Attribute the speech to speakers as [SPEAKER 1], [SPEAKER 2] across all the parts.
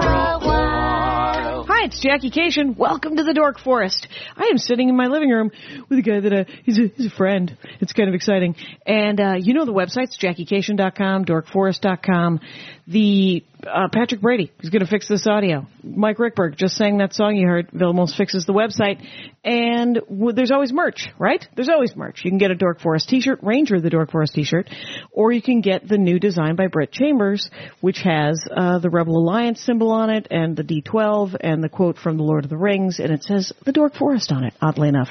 [SPEAKER 1] a while.
[SPEAKER 2] Hi, it's Jackie Cation. Welcome to the Dork Forest. I am sitting in my living room with a guy that uh, he's, a, he's a friend. It's kind of exciting. And uh, you know the websites, jackiecation.com, dorkforest.com. The uh, Patrick Brady is going to fix this audio. Mike Rickberg just sang that song you heard. Vilmos fixes the website. And w- there's always merch, right? There's always merch. You can get a Dork Forest t-shirt, Ranger the Dork Forest t-shirt, or you can get the new design by Brett Chambers, which has uh, the Rebel Alliance symbol on it and the D12 and the quote from The Lord of the Rings, and it says the Dork Forest on it, oddly enough.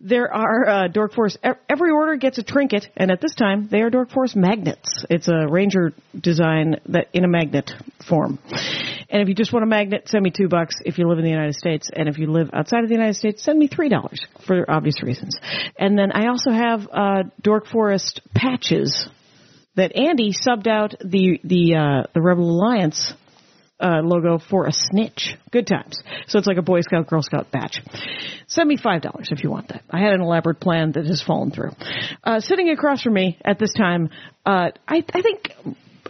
[SPEAKER 2] There are uh, Dork Forest, e- every order gets a trinket, and at this time, they are Dork Forest magnets. It's a Ranger design that in a magnet form. And if you just want a magnet, send me two bucks if you live in the United States. And if you live outside of the United States, send me three dollars for obvious reasons. And then I also have uh, Dork Forest patches that Andy subbed out the the uh, the Rebel Alliance uh, logo for a snitch. Good times. So it's like a Boy Scout Girl Scout badge. Send me five dollars if you want that. I had an elaborate plan that has fallen through. Uh, sitting across from me at this time, uh, I, I think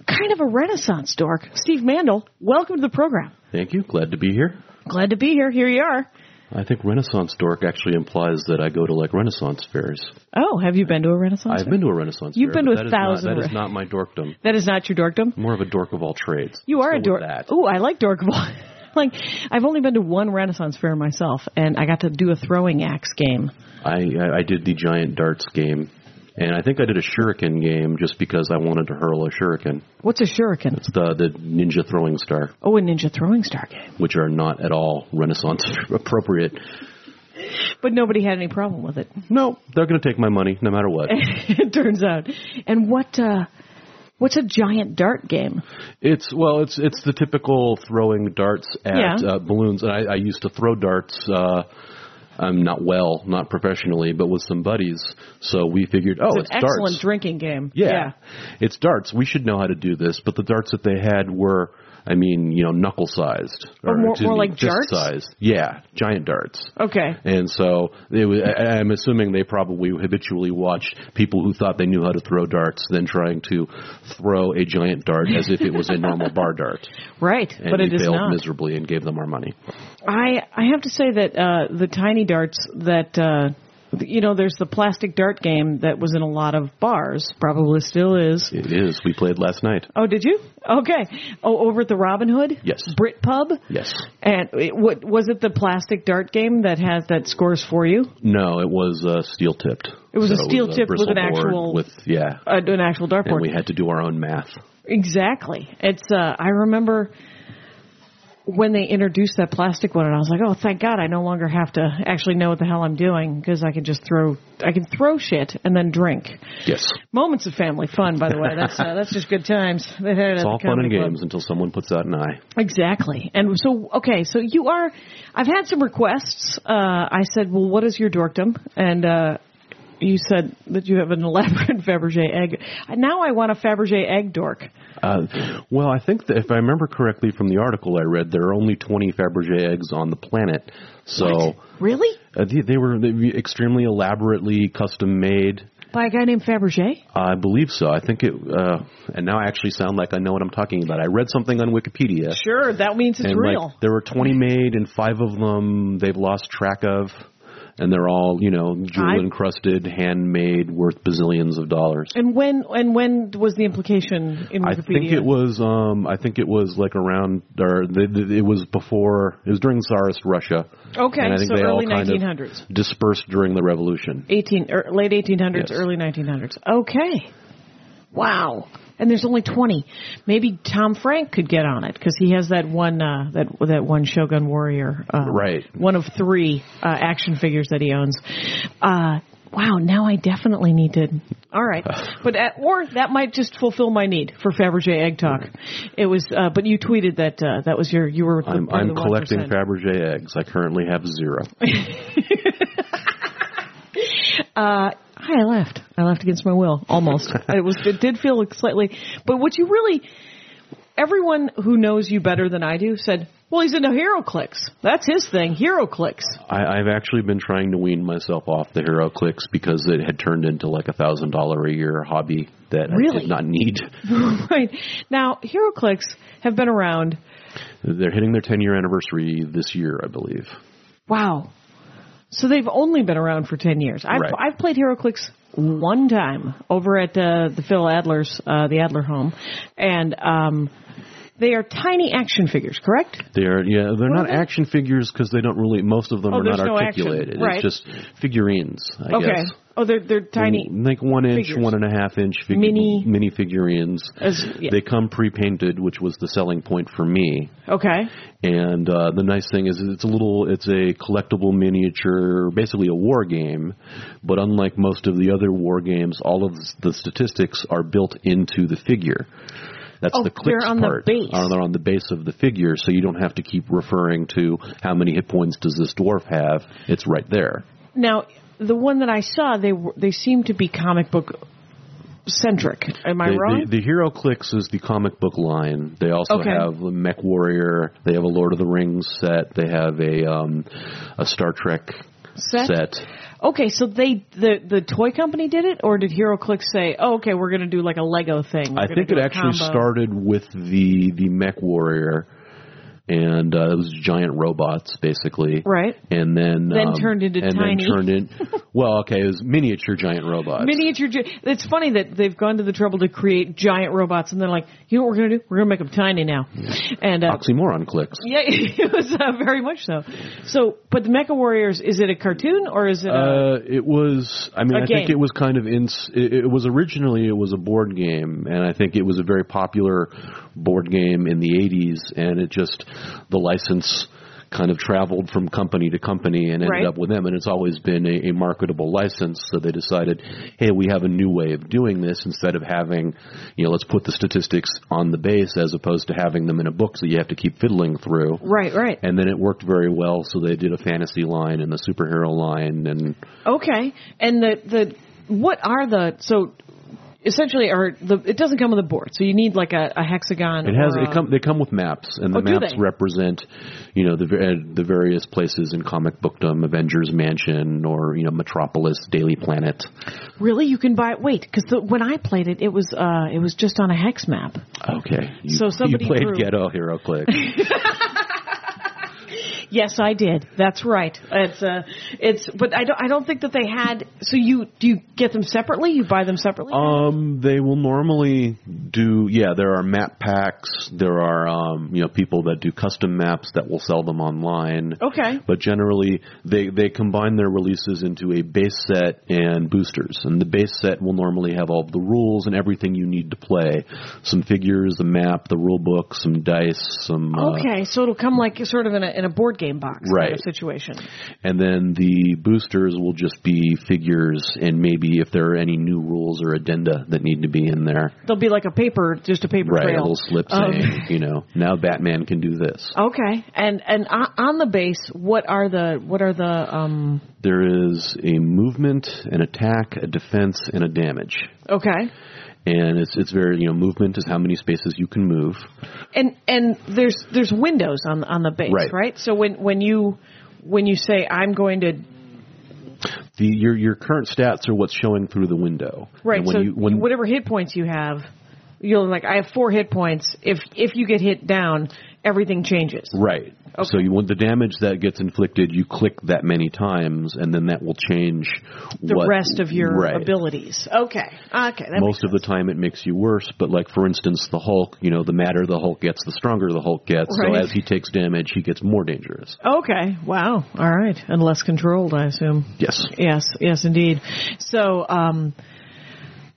[SPEAKER 2] kind of a Renaissance dork, Steve Mandel. Welcome to the program.
[SPEAKER 3] Thank you. Glad to be here.
[SPEAKER 2] Glad to be here. Here you are.
[SPEAKER 3] I think Renaissance dork actually implies that I go to like Renaissance fairs.
[SPEAKER 2] Oh, have you been to a Renaissance?
[SPEAKER 3] I've been to a Renaissance.
[SPEAKER 2] You've
[SPEAKER 3] fair,
[SPEAKER 2] been to
[SPEAKER 3] but
[SPEAKER 2] a
[SPEAKER 3] that is not-
[SPEAKER 2] thousand
[SPEAKER 3] that is
[SPEAKER 2] re-
[SPEAKER 3] not my dorkdom.
[SPEAKER 2] that is not your dorkdom.
[SPEAKER 3] More of a dork of all trades.
[SPEAKER 2] You
[SPEAKER 3] Let's
[SPEAKER 2] are
[SPEAKER 3] go
[SPEAKER 2] a
[SPEAKER 3] with
[SPEAKER 2] dork. Oh.
[SPEAKER 3] That.
[SPEAKER 2] Ooh, I like dork ball. like I've only been to one Renaissance fair myself, and I got to do a throwing axe game.
[SPEAKER 3] I, I I did the giant darts game, and I think I did a shuriken game just because I wanted to hurl a shuriken.
[SPEAKER 2] What's a shuriken?
[SPEAKER 3] It's the the ninja throwing star,
[SPEAKER 2] Oh, a ninja throwing star game.
[SPEAKER 3] which are not at all Renaissance appropriate.
[SPEAKER 2] But nobody had any problem with it.
[SPEAKER 3] No, they're going to take my money no matter what.
[SPEAKER 2] it turns out. And what uh what's a giant dart game?
[SPEAKER 3] It's well, it's it's the typical throwing darts at
[SPEAKER 2] Yeah.
[SPEAKER 3] uh, balloons, and I, I used to throw darts. Uh, I'm not well, not professionally, but with some buddies. So we figured, oh,
[SPEAKER 2] It's
[SPEAKER 3] it's,
[SPEAKER 2] an excellent
[SPEAKER 3] darts.
[SPEAKER 2] drinking game.
[SPEAKER 3] Yeah. it's darts. We should know how to do this. But the darts that they had were, I mean, you know, knuckle sized,
[SPEAKER 2] Or more- more like
[SPEAKER 3] fist
[SPEAKER 2] jarts?
[SPEAKER 3] sized. Yeah, giant darts.
[SPEAKER 2] Okay.
[SPEAKER 3] And so it was, I- I'm assuming they probably habitually watched people who thought they knew how to throw darts, then trying to throw a giant dart as if it was a normal bar dart.
[SPEAKER 2] Right.
[SPEAKER 3] And
[SPEAKER 2] but
[SPEAKER 3] we
[SPEAKER 2] it is
[SPEAKER 3] failed
[SPEAKER 2] not.
[SPEAKER 3] miserably and gave them our money.
[SPEAKER 2] I I have to say that uh, the tiny darts that uh, you know there's the plastic dart game that was in a lot of bars, probably still is.
[SPEAKER 3] It is. We played last night.
[SPEAKER 2] Oh, did you? Okay. Oh, over at the Robin Hood.
[SPEAKER 3] Yes.
[SPEAKER 2] Brit Pub.
[SPEAKER 3] Yes.
[SPEAKER 2] And it, what was it? The plastic dart game that has that scores for you?
[SPEAKER 3] No, it was uh, steel tipped. uh,
[SPEAKER 2] It was a steel-tipped with an actual-
[SPEAKER 3] With, yeah.
[SPEAKER 2] Uh, an actual dartboard.
[SPEAKER 3] and we had to do our own math.
[SPEAKER 2] Exactly. It's uh I remember when they introduced that plastic one and I was like, "Oh, thank God I no longer have to actually know what the hell I'm doing because I can just throw I can throw shit and then drink."
[SPEAKER 3] Yes.
[SPEAKER 2] Moments of family fun, by the way. That's uh, that's just good times. They had it at
[SPEAKER 3] It's
[SPEAKER 2] the
[SPEAKER 3] all fun and
[SPEAKER 2] comedy club.
[SPEAKER 3] games until someone puts out an eye.
[SPEAKER 2] Exactly. And so, okay, so you are, I've had some requests. Uh, I said, well, what is your dorkdom? And, uh, you said that you have an elaborate Fabergé egg. Now I want a Fabergé egg dork.
[SPEAKER 3] Uh, well, I think that if I remember correctly from the article I read, there are only 20 Fabergé eggs on the planet. So
[SPEAKER 2] Really?
[SPEAKER 3] uh, they, they were they were extremely elaborately custom made. Uh,
[SPEAKER 2] By a guy named Fabergé?
[SPEAKER 3] I believe so. I think it. Uh, and now I actually sound like I know what I'm talking about. I read something on Wikipedia.
[SPEAKER 2] Sure, that means it's
[SPEAKER 3] and
[SPEAKER 2] real.
[SPEAKER 3] like there were 20 made, and five of them they've lost track of, and they're all you know
[SPEAKER 2] I-
[SPEAKER 3] jewel encrusted, handmade, worth bazillions of dollars.
[SPEAKER 2] and when and when was the implication in
[SPEAKER 3] I
[SPEAKER 2] Wikipedia?
[SPEAKER 3] think it was. Um, I think it was like around, or th th it was before. It was during Tsarist Russia.
[SPEAKER 2] Okay,
[SPEAKER 3] and I think
[SPEAKER 2] so
[SPEAKER 3] they
[SPEAKER 2] early
[SPEAKER 3] all kind
[SPEAKER 2] 1900s.
[SPEAKER 3] Of dispersed during the revolution.
[SPEAKER 2] 18 er, late 1800s
[SPEAKER 3] Yes.
[SPEAKER 2] early 1900s okay wow and there's only 20 maybe tom frank could get on it because he has that one uh, that that one shogun warrior uh,
[SPEAKER 3] Right.
[SPEAKER 2] one of three uh, action figures that he owns uh, wow now i definitely need to all right but uh or that might just fulfill my need for fabergé egg talk it was uh, but you tweeted that uh, that was your you were the-
[SPEAKER 3] I'm,
[SPEAKER 2] one of
[SPEAKER 3] I'm
[SPEAKER 2] the
[SPEAKER 3] collecting
[SPEAKER 2] 1%.
[SPEAKER 3] Fabergé eggs. I currently have zero.
[SPEAKER 2] I left. I left against my will, almost. it was. It did feel like slightly. But what you really, everyone who knows you better than I do said, well, he's into hero clicks. That's his thing. Hero clicks.
[SPEAKER 3] I, I've actually been trying to wean myself off the hero clicks because it had turned into like a thousand dollar a year hobby that I
[SPEAKER 2] Really?
[SPEAKER 3] did not need.
[SPEAKER 2] right now, hero clicks have been around.
[SPEAKER 3] They're hitting their ten year anniversary this year, I believe.
[SPEAKER 2] Wow. So they've only been around for 10 years. I've,
[SPEAKER 3] Right.
[SPEAKER 2] I've played HeroClix one time over at uh, the Phil Adler's, uh, the Adler home. And um, they are tiny action figures, correct?
[SPEAKER 3] They're yeah, they're
[SPEAKER 2] are
[SPEAKER 3] not
[SPEAKER 2] they?
[SPEAKER 3] action figures because they don't really. Most of them
[SPEAKER 2] Oh,
[SPEAKER 3] are not
[SPEAKER 2] there's no action.
[SPEAKER 3] articulated.
[SPEAKER 2] Right.
[SPEAKER 3] It's just figurines. I
[SPEAKER 2] Okay.
[SPEAKER 3] guess. Mm,
[SPEAKER 2] Oh, they're, they're tiny.
[SPEAKER 3] like one inch,
[SPEAKER 2] figures.
[SPEAKER 3] one and a half inch figu-
[SPEAKER 2] Mini-
[SPEAKER 3] mini figurines.
[SPEAKER 2] As- yeah.
[SPEAKER 3] They come pre painted, which was the selling point for me.
[SPEAKER 2] Okay.
[SPEAKER 3] And uh, the nice thing is, it's a little, it's a collectible miniature, basically a war game. But unlike most of the other war games, all of the statistics are built into the figure. That's
[SPEAKER 2] Oh,
[SPEAKER 3] the clicks
[SPEAKER 2] they're on the
[SPEAKER 3] part.
[SPEAKER 2] base.
[SPEAKER 3] Are they on the base of the figure, so you don't have to keep referring to how many hit points does this dwarf have. It's right there.
[SPEAKER 2] Now, the one that I saw, they were, they seem to be comic book centric. Am I
[SPEAKER 3] the,
[SPEAKER 2] wrong?
[SPEAKER 3] The, the Hero Clicks is the comic book line. They also
[SPEAKER 2] Okay.
[SPEAKER 3] have a Mech Warrior. They have a Lord of the Rings set. They have a um, a Star Trek
[SPEAKER 2] Set?
[SPEAKER 3] set.
[SPEAKER 2] okay, so they the the toy company did it, or did HeroClix say, "Oh, okay, we're going to do like a Lego thing"? We're
[SPEAKER 3] I
[SPEAKER 2] gonna
[SPEAKER 3] think
[SPEAKER 2] do
[SPEAKER 3] it
[SPEAKER 2] a
[SPEAKER 3] actually
[SPEAKER 2] combo.
[SPEAKER 3] started with the the Mech Warrior, and uh, it was giant robots basically.
[SPEAKER 2] Right.
[SPEAKER 3] And then
[SPEAKER 2] Then
[SPEAKER 3] um,
[SPEAKER 2] turned into
[SPEAKER 3] and
[SPEAKER 2] tiny.
[SPEAKER 3] Then turned in. Well, okay, it was miniature giant robots.
[SPEAKER 2] Miniature. Gi- it's funny that they've gone to the trouble to create giant robots, and they're like, you know what we're going to do? We're going to make them tiny now. And uh,
[SPEAKER 3] Oxymoron clicks.
[SPEAKER 2] yeah, it was uh, very much so. So, but the Mecha Warriors is it a cartoon or is it? A,
[SPEAKER 3] Uh, it was. I mean,
[SPEAKER 2] A
[SPEAKER 3] I think
[SPEAKER 2] game.
[SPEAKER 3] it was kind of in. It, it was originally it was a board game, and I think it was a very popular board game in the '80s, and it just the license kind of traveled from company to company and ended
[SPEAKER 2] Right.
[SPEAKER 3] up with them and it's always been a, a marketable license so they decided hey we have a new way of doing this instead of having you know let's put the statistics on the base as opposed to having them in a book so you have to keep fiddling through
[SPEAKER 2] right, right.
[SPEAKER 3] and then it worked very well. So they did a fantasy line and the superhero line, and
[SPEAKER 2] Okay, and the the what are the so essentially are the it doesn't come with a board, so you need like a, a hexagon.
[SPEAKER 3] it has
[SPEAKER 2] or
[SPEAKER 3] it
[SPEAKER 2] a-
[SPEAKER 3] come. They come with maps, and the
[SPEAKER 2] Oh, do
[SPEAKER 3] maps
[SPEAKER 2] they?
[SPEAKER 3] represent, you know, the ver- uh, the various places in comic bookdom, Avengers Mansion, or you know, Metropolis, Daily Planet.
[SPEAKER 2] Really, you can buy it. Wait, because when I played it, it was uh it was just on a hex map.
[SPEAKER 3] Okay, you,
[SPEAKER 2] So somebody
[SPEAKER 3] you played
[SPEAKER 2] drew-
[SPEAKER 3] Ghetto Hero Click.
[SPEAKER 2] Yes, I did. That's right. It's uh it's but I don't I don't think that they had. So you do you get them separately? You buy them separately?
[SPEAKER 3] Um, they will normally do. Yeah, there are map packs. There are um, you know people that do custom maps that will sell them online.
[SPEAKER 2] Okay.
[SPEAKER 3] But generally, they they combine their releases into a base set and boosters. And the base set will normally have all of the rules and everything you need to play: some figures, the map, the rule book, some dice, some. uh,
[SPEAKER 2] okay, so it'll come like sort of in a in a board game box kind
[SPEAKER 3] Right.
[SPEAKER 2] of situation.
[SPEAKER 3] and then the boosters will just be figures, and maybe if there are any new rules or addenda that need to be in there.
[SPEAKER 2] There'll be like a paper, just a paper
[SPEAKER 3] Right,
[SPEAKER 2] trail. Um,
[SPEAKER 3] a little slip
[SPEAKER 2] of-
[SPEAKER 3] saying, you know, now Batman can do this.
[SPEAKER 2] Okay, and and on on the base, what are the what are the um?
[SPEAKER 3] There is a movement, an attack, a defense, and a damage.
[SPEAKER 2] Okay,
[SPEAKER 3] And it's it's very you know movement is how many spaces you can move.
[SPEAKER 2] and and there's there's windows on on the base, right?
[SPEAKER 3] Right.
[SPEAKER 2] So when when you when you say I'm going to
[SPEAKER 3] The your your current stats are what's showing through the window.
[SPEAKER 2] right,
[SPEAKER 3] And when
[SPEAKER 2] so
[SPEAKER 3] you, when,
[SPEAKER 2] whatever hit points you have, you're like I have four hit points. If if you get hit down, everything changes.
[SPEAKER 3] Right. So you want the damage that gets inflicted, you click that many times, and then that will change
[SPEAKER 2] The
[SPEAKER 3] what-
[SPEAKER 2] rest of your
[SPEAKER 3] right.
[SPEAKER 2] abilities. Okay, okay, that
[SPEAKER 3] Most of the time, it makes you worse. But like for instance, the Hulk, you know, the madder the Hulk gets, the stronger the Hulk gets. So
[SPEAKER 2] Right.
[SPEAKER 3] as he takes damage, he gets more dangerous.
[SPEAKER 2] Okay. Wow. All right. And less controlled, I assume.
[SPEAKER 3] Yes.
[SPEAKER 2] Yes. Yes, indeed. So, um,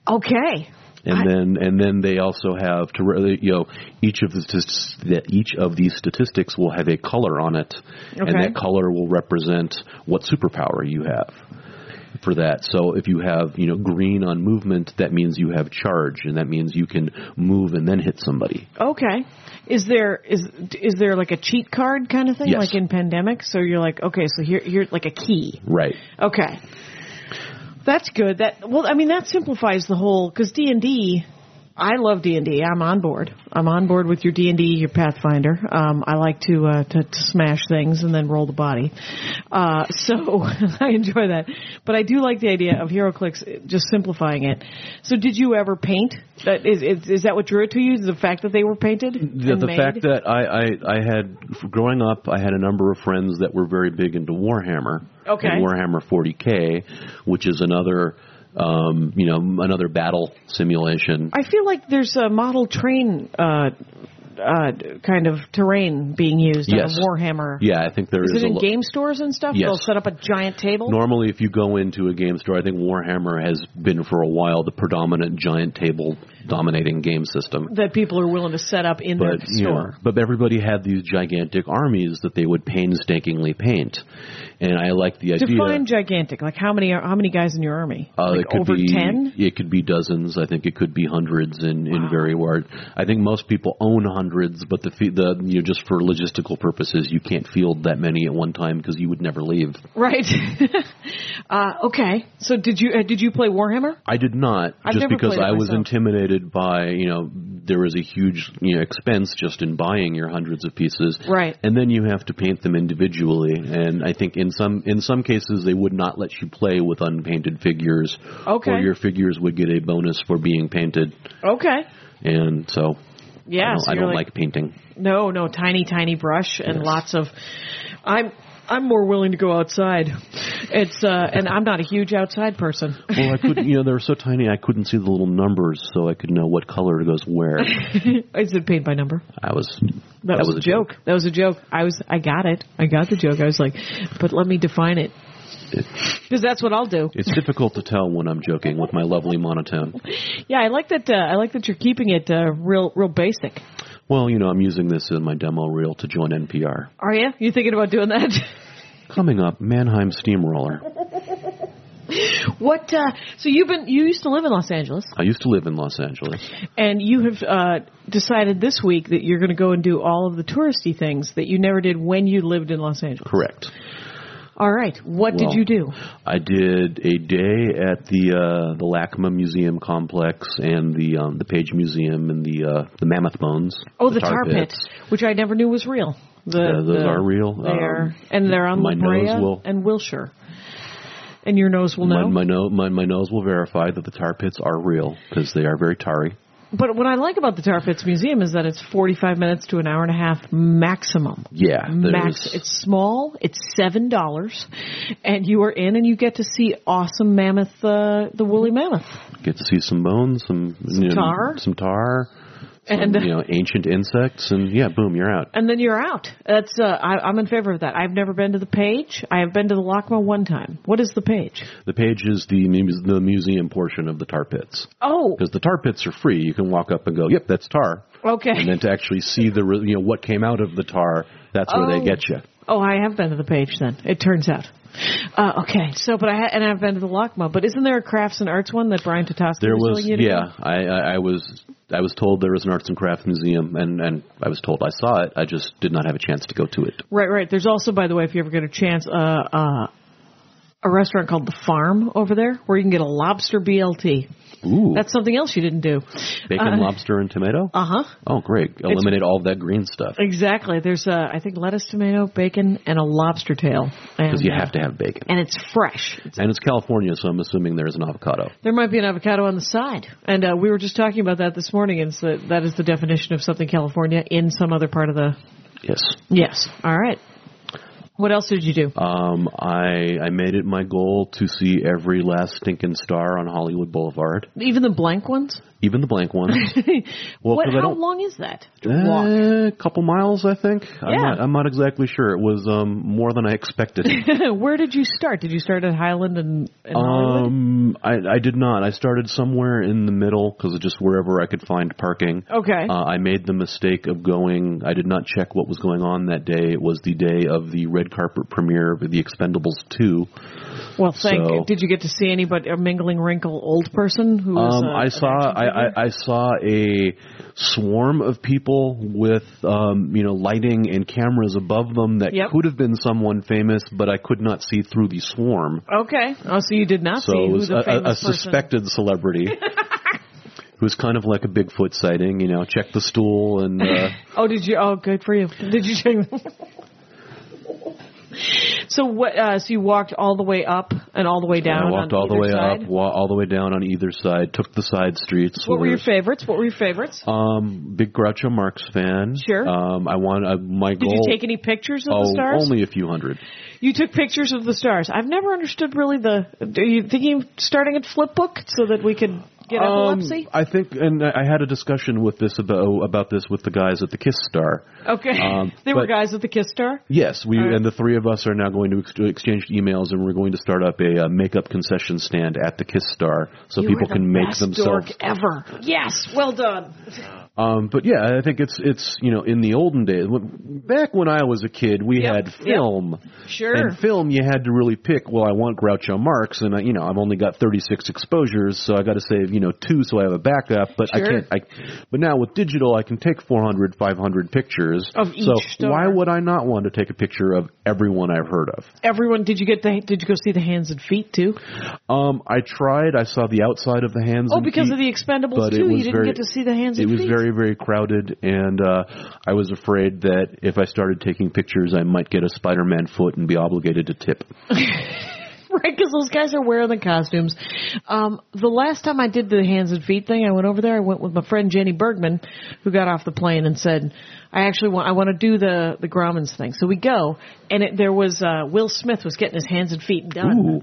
[SPEAKER 2] okay.
[SPEAKER 3] And
[SPEAKER 2] I-
[SPEAKER 3] then and then they also have to re- you know each of the stas- that each of these statistics will have a color on it, and
[SPEAKER 2] Okay.
[SPEAKER 3] that color will represent what superpower you have for that. So if you have you know green on movement, that means you have charge, and that means you can move and then hit somebody.
[SPEAKER 2] Okay. Is there is is there like a cheat card kind of thing
[SPEAKER 3] Yes.
[SPEAKER 2] like in pandemic? So you're like, okay, so here here like a key.
[SPEAKER 3] Right.
[SPEAKER 2] Okay. That's good. That well, I mean, that simplifies the whole because D and D. I love D and D. I'm on board. I'm on board with your D and D, your Pathfinder. Um, I like to, uh, to to smash things and then roll the body. Uh, so I enjoy that. But I do like the idea of HeroClix just simplifying it. So did you ever paint? That is, is, is that what drew it to you? The fact that they were painted?
[SPEAKER 3] the, the fact that I, I I had growing up, I had a number of friends that were very big into Warhammer.
[SPEAKER 2] Okay.
[SPEAKER 3] And Warhammer 40k, which is another um, you know another battle simulation.
[SPEAKER 2] I feel like there's a model train uh, uh, kind of terrain being used
[SPEAKER 3] Yes.
[SPEAKER 2] on a Warhammer.
[SPEAKER 3] yeah, I think there is,
[SPEAKER 2] Is it
[SPEAKER 3] a
[SPEAKER 2] in
[SPEAKER 3] lo-
[SPEAKER 2] game stores and stuff?
[SPEAKER 3] Yes.
[SPEAKER 2] They'll set up a giant table.
[SPEAKER 3] Normally, if you go into a game store, I think Warhammer has been for a while the predominant giant table dominating game system.
[SPEAKER 2] that people are willing to set up in
[SPEAKER 3] but
[SPEAKER 2] their
[SPEAKER 3] you know,
[SPEAKER 2] store.
[SPEAKER 3] but everybody had these gigantic armies that they would painstakingly paint, and I like the idea.
[SPEAKER 2] Define gigantic. Like how many are, how many guys in your army?
[SPEAKER 3] Uh,
[SPEAKER 2] like
[SPEAKER 3] it could
[SPEAKER 2] over
[SPEAKER 3] be
[SPEAKER 2] ten.
[SPEAKER 3] It could be dozens. I think it could be hundreds in in very large. I think most people own hundreds, but the fe- the you know just for logistical purposes, you can't field that many at one time because you would never leave.
[SPEAKER 2] Right. uh, okay. So did you uh, did you play Warhammer?
[SPEAKER 3] I did not
[SPEAKER 2] I've
[SPEAKER 3] just
[SPEAKER 2] never
[SPEAKER 3] because
[SPEAKER 2] played it
[SPEAKER 3] I was
[SPEAKER 2] myself.
[SPEAKER 3] intimidated by you know there was a huge you know expense just in buying your hundreds of pieces,
[SPEAKER 2] Right.
[SPEAKER 3] And then you have to paint them individually, and I think in some in some cases they would not let you play with unpainted figures, or
[SPEAKER 2] Okay.
[SPEAKER 3] your figures would get a bonus for being painted,
[SPEAKER 2] Okay.
[SPEAKER 3] and so
[SPEAKER 2] Yeah.
[SPEAKER 3] I don't,
[SPEAKER 2] so
[SPEAKER 3] I
[SPEAKER 2] you're
[SPEAKER 3] don't like painting.
[SPEAKER 2] No, no, tiny, tiny brush and
[SPEAKER 3] Yes.
[SPEAKER 2] lots of. I'm I'm more willing to go outside. It's uh, and I'm not a huge outside person.
[SPEAKER 3] Well, I couldn't. You know, they were so tiny, I couldn't see the little numbers, so I could know what color goes where.
[SPEAKER 2] Is it paid by number?
[SPEAKER 3] I was.
[SPEAKER 2] That, was, a joke. That was a joke. I was I got it. I got the joke. I was like, but let me define it. Because that's what I'll do.
[SPEAKER 3] It's difficult to tell when I'm joking with my lovely monotone.
[SPEAKER 2] Yeah, I like that. Uh, I like that you're keeping it uh, real, real basic.
[SPEAKER 3] Well, you know, I'm using this in my demo reel to join NPR.
[SPEAKER 2] Are you? You thinking about doing that?
[SPEAKER 3] Coming up, Mannheim Steamroller.
[SPEAKER 2] what? Uh, so you've been you used to live in Los Angeles,
[SPEAKER 3] I used to live in Los Angeles.
[SPEAKER 2] and you have uh, decided this week that you're going to go and do all of the touristy things that you never did when you lived in Los Angeles.
[SPEAKER 3] Correct.
[SPEAKER 2] All right. What
[SPEAKER 3] Well,
[SPEAKER 2] did you do?
[SPEAKER 3] I did a day at the uh, the Lacma Museum complex and the um, the Page Museum and the uh, the Mammoth Bones.
[SPEAKER 2] Oh, the, tar, pit,
[SPEAKER 3] pits.
[SPEAKER 2] which I never knew was real. The,
[SPEAKER 3] Yeah, those
[SPEAKER 2] the-
[SPEAKER 3] are real.
[SPEAKER 2] They are,
[SPEAKER 3] Um,
[SPEAKER 2] and they're on
[SPEAKER 3] my
[SPEAKER 2] La Brea
[SPEAKER 3] nose will-
[SPEAKER 2] and Wilshire. And your nose will
[SPEAKER 3] My,
[SPEAKER 2] know.
[SPEAKER 3] my, no, my, my nose will verify that the tar pits are real because they are very tarry.
[SPEAKER 2] But what I like about the Tar Pits Museum is that it's 45 minutes to an hour and a half maximum.
[SPEAKER 3] Yeah,
[SPEAKER 2] Max.
[SPEAKER 3] there's-
[SPEAKER 2] It's small. It's seven dollars, and you are in, and you get to see awesome mammoth, uh, the woolly mammoth.
[SPEAKER 3] Get to see some bones, some, you know,
[SPEAKER 2] tar?
[SPEAKER 3] some tar, some,
[SPEAKER 2] And- uh,
[SPEAKER 3] you know ancient insects, and yeah, boom, you're out.
[SPEAKER 2] And then you're out. That's uh, I, I'm in favor of that. I've never been to the page. I have been to the LACMA one time. What is the page?
[SPEAKER 3] The page is the mu- the museum portion of the tar pits
[SPEAKER 2] Oh,
[SPEAKER 3] because the tar pits are free. You can walk up and go, "Yep, that's tar," and
[SPEAKER 2] okay.
[SPEAKER 3] then to actually see the re- you know what came out of the tar, that's where
[SPEAKER 2] Oh.
[SPEAKER 3] they get you.
[SPEAKER 2] Oh, I have been to the page. Then it turns out. Uh, okay, so but I ha- and I've been to the LACMA, but isn't there a crafts and arts one that Brian Tatasta
[SPEAKER 3] There was
[SPEAKER 2] you to go?
[SPEAKER 3] yeah, I, I I was I was told there was an arts and crafts museum, and and I was told I saw it. I just did not have a chance to go to it.
[SPEAKER 2] Right, right. There's also, by the way, if you ever get a chance, uh, uh, a restaurant called The Farm over there where you can get a lobster BLT.
[SPEAKER 3] Ooh,
[SPEAKER 2] That's something else you didn't do.
[SPEAKER 3] bacon,
[SPEAKER 2] uh,
[SPEAKER 3] lobster, and tomato.
[SPEAKER 2] Uh huh.
[SPEAKER 3] oh, great! Eliminate all of that green stuff
[SPEAKER 2] Exactly. There's, uh, I think, lettuce, tomato, bacon, and a lobster tail.
[SPEAKER 3] because you have to have bacon.
[SPEAKER 2] And it's fresh.
[SPEAKER 3] And it's California, so I'm assuming there is an avocado.
[SPEAKER 2] There might be an avocado on the side. And uh, we were just talking about that this morning. And so that is the definition of something California in some other part of the.
[SPEAKER 3] Yes.
[SPEAKER 2] Yes. All right. What else did you do?
[SPEAKER 3] Um, I I made it my goal to see every last stinking star on Hollywood Boulevard,
[SPEAKER 2] Even the blank ones?
[SPEAKER 3] even the blank ones. Well, Uh,
[SPEAKER 2] what,
[SPEAKER 3] 'cause I
[SPEAKER 2] how
[SPEAKER 3] don't-
[SPEAKER 2] long is that? to walk?
[SPEAKER 3] A Eh, couple miles, I think. I'm,
[SPEAKER 2] Yeah.
[SPEAKER 3] not, I'm not exactly sure. It was um, more than I expected.
[SPEAKER 2] Where did you start? Did you start at Highland and, and Hollywood?
[SPEAKER 3] um, I, I did not. I started somewhere in the middle because just wherever I could find parking.
[SPEAKER 2] Okay.
[SPEAKER 3] Uh, I made the mistake of going. I did not check what was going on that day. It was the day of the red carpet premiere of The Expendables 2.
[SPEAKER 2] well, thank.
[SPEAKER 3] so-
[SPEAKER 2] Did you get to see anybody a mingling wrinkle old person who was?
[SPEAKER 3] Um,
[SPEAKER 2] uh,
[SPEAKER 3] I
[SPEAKER 2] an
[SPEAKER 3] saw.
[SPEAKER 2] action
[SPEAKER 3] I, I, I saw a swarm of people with um, you know lighting and cameras above them that
[SPEAKER 2] Yep.
[SPEAKER 3] could have been someone famous, but I could not see through the swarm.
[SPEAKER 2] Okay. Oh, so you did not
[SPEAKER 3] So
[SPEAKER 2] see
[SPEAKER 3] it
[SPEAKER 2] who
[SPEAKER 3] was
[SPEAKER 2] the
[SPEAKER 3] a, a, a
[SPEAKER 2] famous person-
[SPEAKER 3] suspected celebrity. Who's kind of like a Bigfoot sighting, you know? Check the stool, and uh,
[SPEAKER 2] Oh, did you? Oh, good for you. Did you check? so what? Uh, so you walked all the way up and all the way down.
[SPEAKER 3] I walked
[SPEAKER 2] on
[SPEAKER 3] all the
[SPEAKER 2] either
[SPEAKER 3] way
[SPEAKER 2] side?
[SPEAKER 3] up, wa- all the way down on either side. Took the side streets.
[SPEAKER 2] What were
[SPEAKER 3] where-
[SPEAKER 2] your favorites? What were your favorites?
[SPEAKER 3] Um, big Groucho Marx fan.
[SPEAKER 2] Sure.
[SPEAKER 3] Um, I want uh, my
[SPEAKER 2] did
[SPEAKER 3] goal.
[SPEAKER 2] you take any pictures of
[SPEAKER 3] Oh,
[SPEAKER 2] the stars?
[SPEAKER 3] only a few hundred.
[SPEAKER 2] You took pictures of the stars. I've never understood really the. Are you thinking of starting at flipbook so that we could get
[SPEAKER 3] Um,
[SPEAKER 2] epilepsy?
[SPEAKER 3] I think, and I I had a discussion with this about about this with the guys at the Kiss Star.
[SPEAKER 2] Okay.
[SPEAKER 3] um,
[SPEAKER 2] there were
[SPEAKER 3] but-
[SPEAKER 2] guys with the Kiss Star.
[SPEAKER 3] Yes, we
[SPEAKER 2] right.
[SPEAKER 3] and the three of us are now going to ex- exchange emails, and we're going to start up a uh, makeup concession stand at the Kiss Star, so
[SPEAKER 2] You
[SPEAKER 3] people
[SPEAKER 2] are the
[SPEAKER 3] can make
[SPEAKER 2] best
[SPEAKER 3] themselves.
[SPEAKER 2] dork ever. Yes, well done.
[SPEAKER 3] Um, but yeah, I think it's it's you know in the olden days, when, back when I was a kid, we
[SPEAKER 2] Yep,
[SPEAKER 3] had
[SPEAKER 2] yep.
[SPEAKER 3] film.
[SPEAKER 2] Sure.
[SPEAKER 3] And film, you had to really pick. Well, I want Groucho Marx, and I, you know I've only got 36 exposures, so I got to save you know two, so I have a backup. But I
[SPEAKER 2] Sure.
[SPEAKER 3] can't. I, but now with digital, I can take 400, 500 pictures.
[SPEAKER 2] Of
[SPEAKER 3] so
[SPEAKER 2] each star.
[SPEAKER 3] why would I not want to take a picture of everyone I've heard of?
[SPEAKER 2] Everyone, did you get the? Did you go see the hands and feet too?
[SPEAKER 3] Um, I tried. I saw the outside of the hands.
[SPEAKER 2] Oh,
[SPEAKER 3] and
[SPEAKER 2] because
[SPEAKER 3] feet,
[SPEAKER 2] of the Expendables
[SPEAKER 3] but it
[SPEAKER 2] too. You
[SPEAKER 3] was
[SPEAKER 2] didn't
[SPEAKER 3] very-
[SPEAKER 2] get to see the hands
[SPEAKER 3] It
[SPEAKER 2] and
[SPEAKER 3] was
[SPEAKER 2] feet.
[SPEAKER 3] very, very crowded, and uh, I was afraid that if I started taking pictures, I might get a Spider-Man foot and be obligated to tip.
[SPEAKER 2] Right, because those guys are wearing the costumes. Um, the last time I did the hands and feet thing, I went over there. I went with my friend Jenny Bergman, who got off the plane and said, "I actually want I want to do the the Grommans thing." So we go, and it, there was uh, Will Smith was getting his hands and feet done,
[SPEAKER 3] Ooh.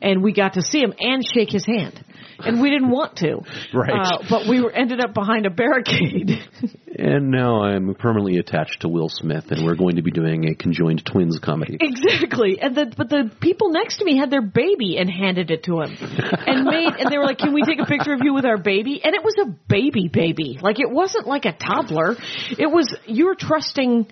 [SPEAKER 2] and we got to see him and shake his hand, and we didn't want to,
[SPEAKER 3] Right.
[SPEAKER 2] Uh, but we were ended up behind a barricade.
[SPEAKER 3] And now I'm permanently attached to Will Smith, and we're going to be doing a conjoined twins comedy.
[SPEAKER 2] Exactly, and the, but the people next to me had their baby and handed it to him, and made and they were like, "Can we take a picture of you with our baby?" And it was a baby, baby. Like it wasn't like a toddler. It was you're trusting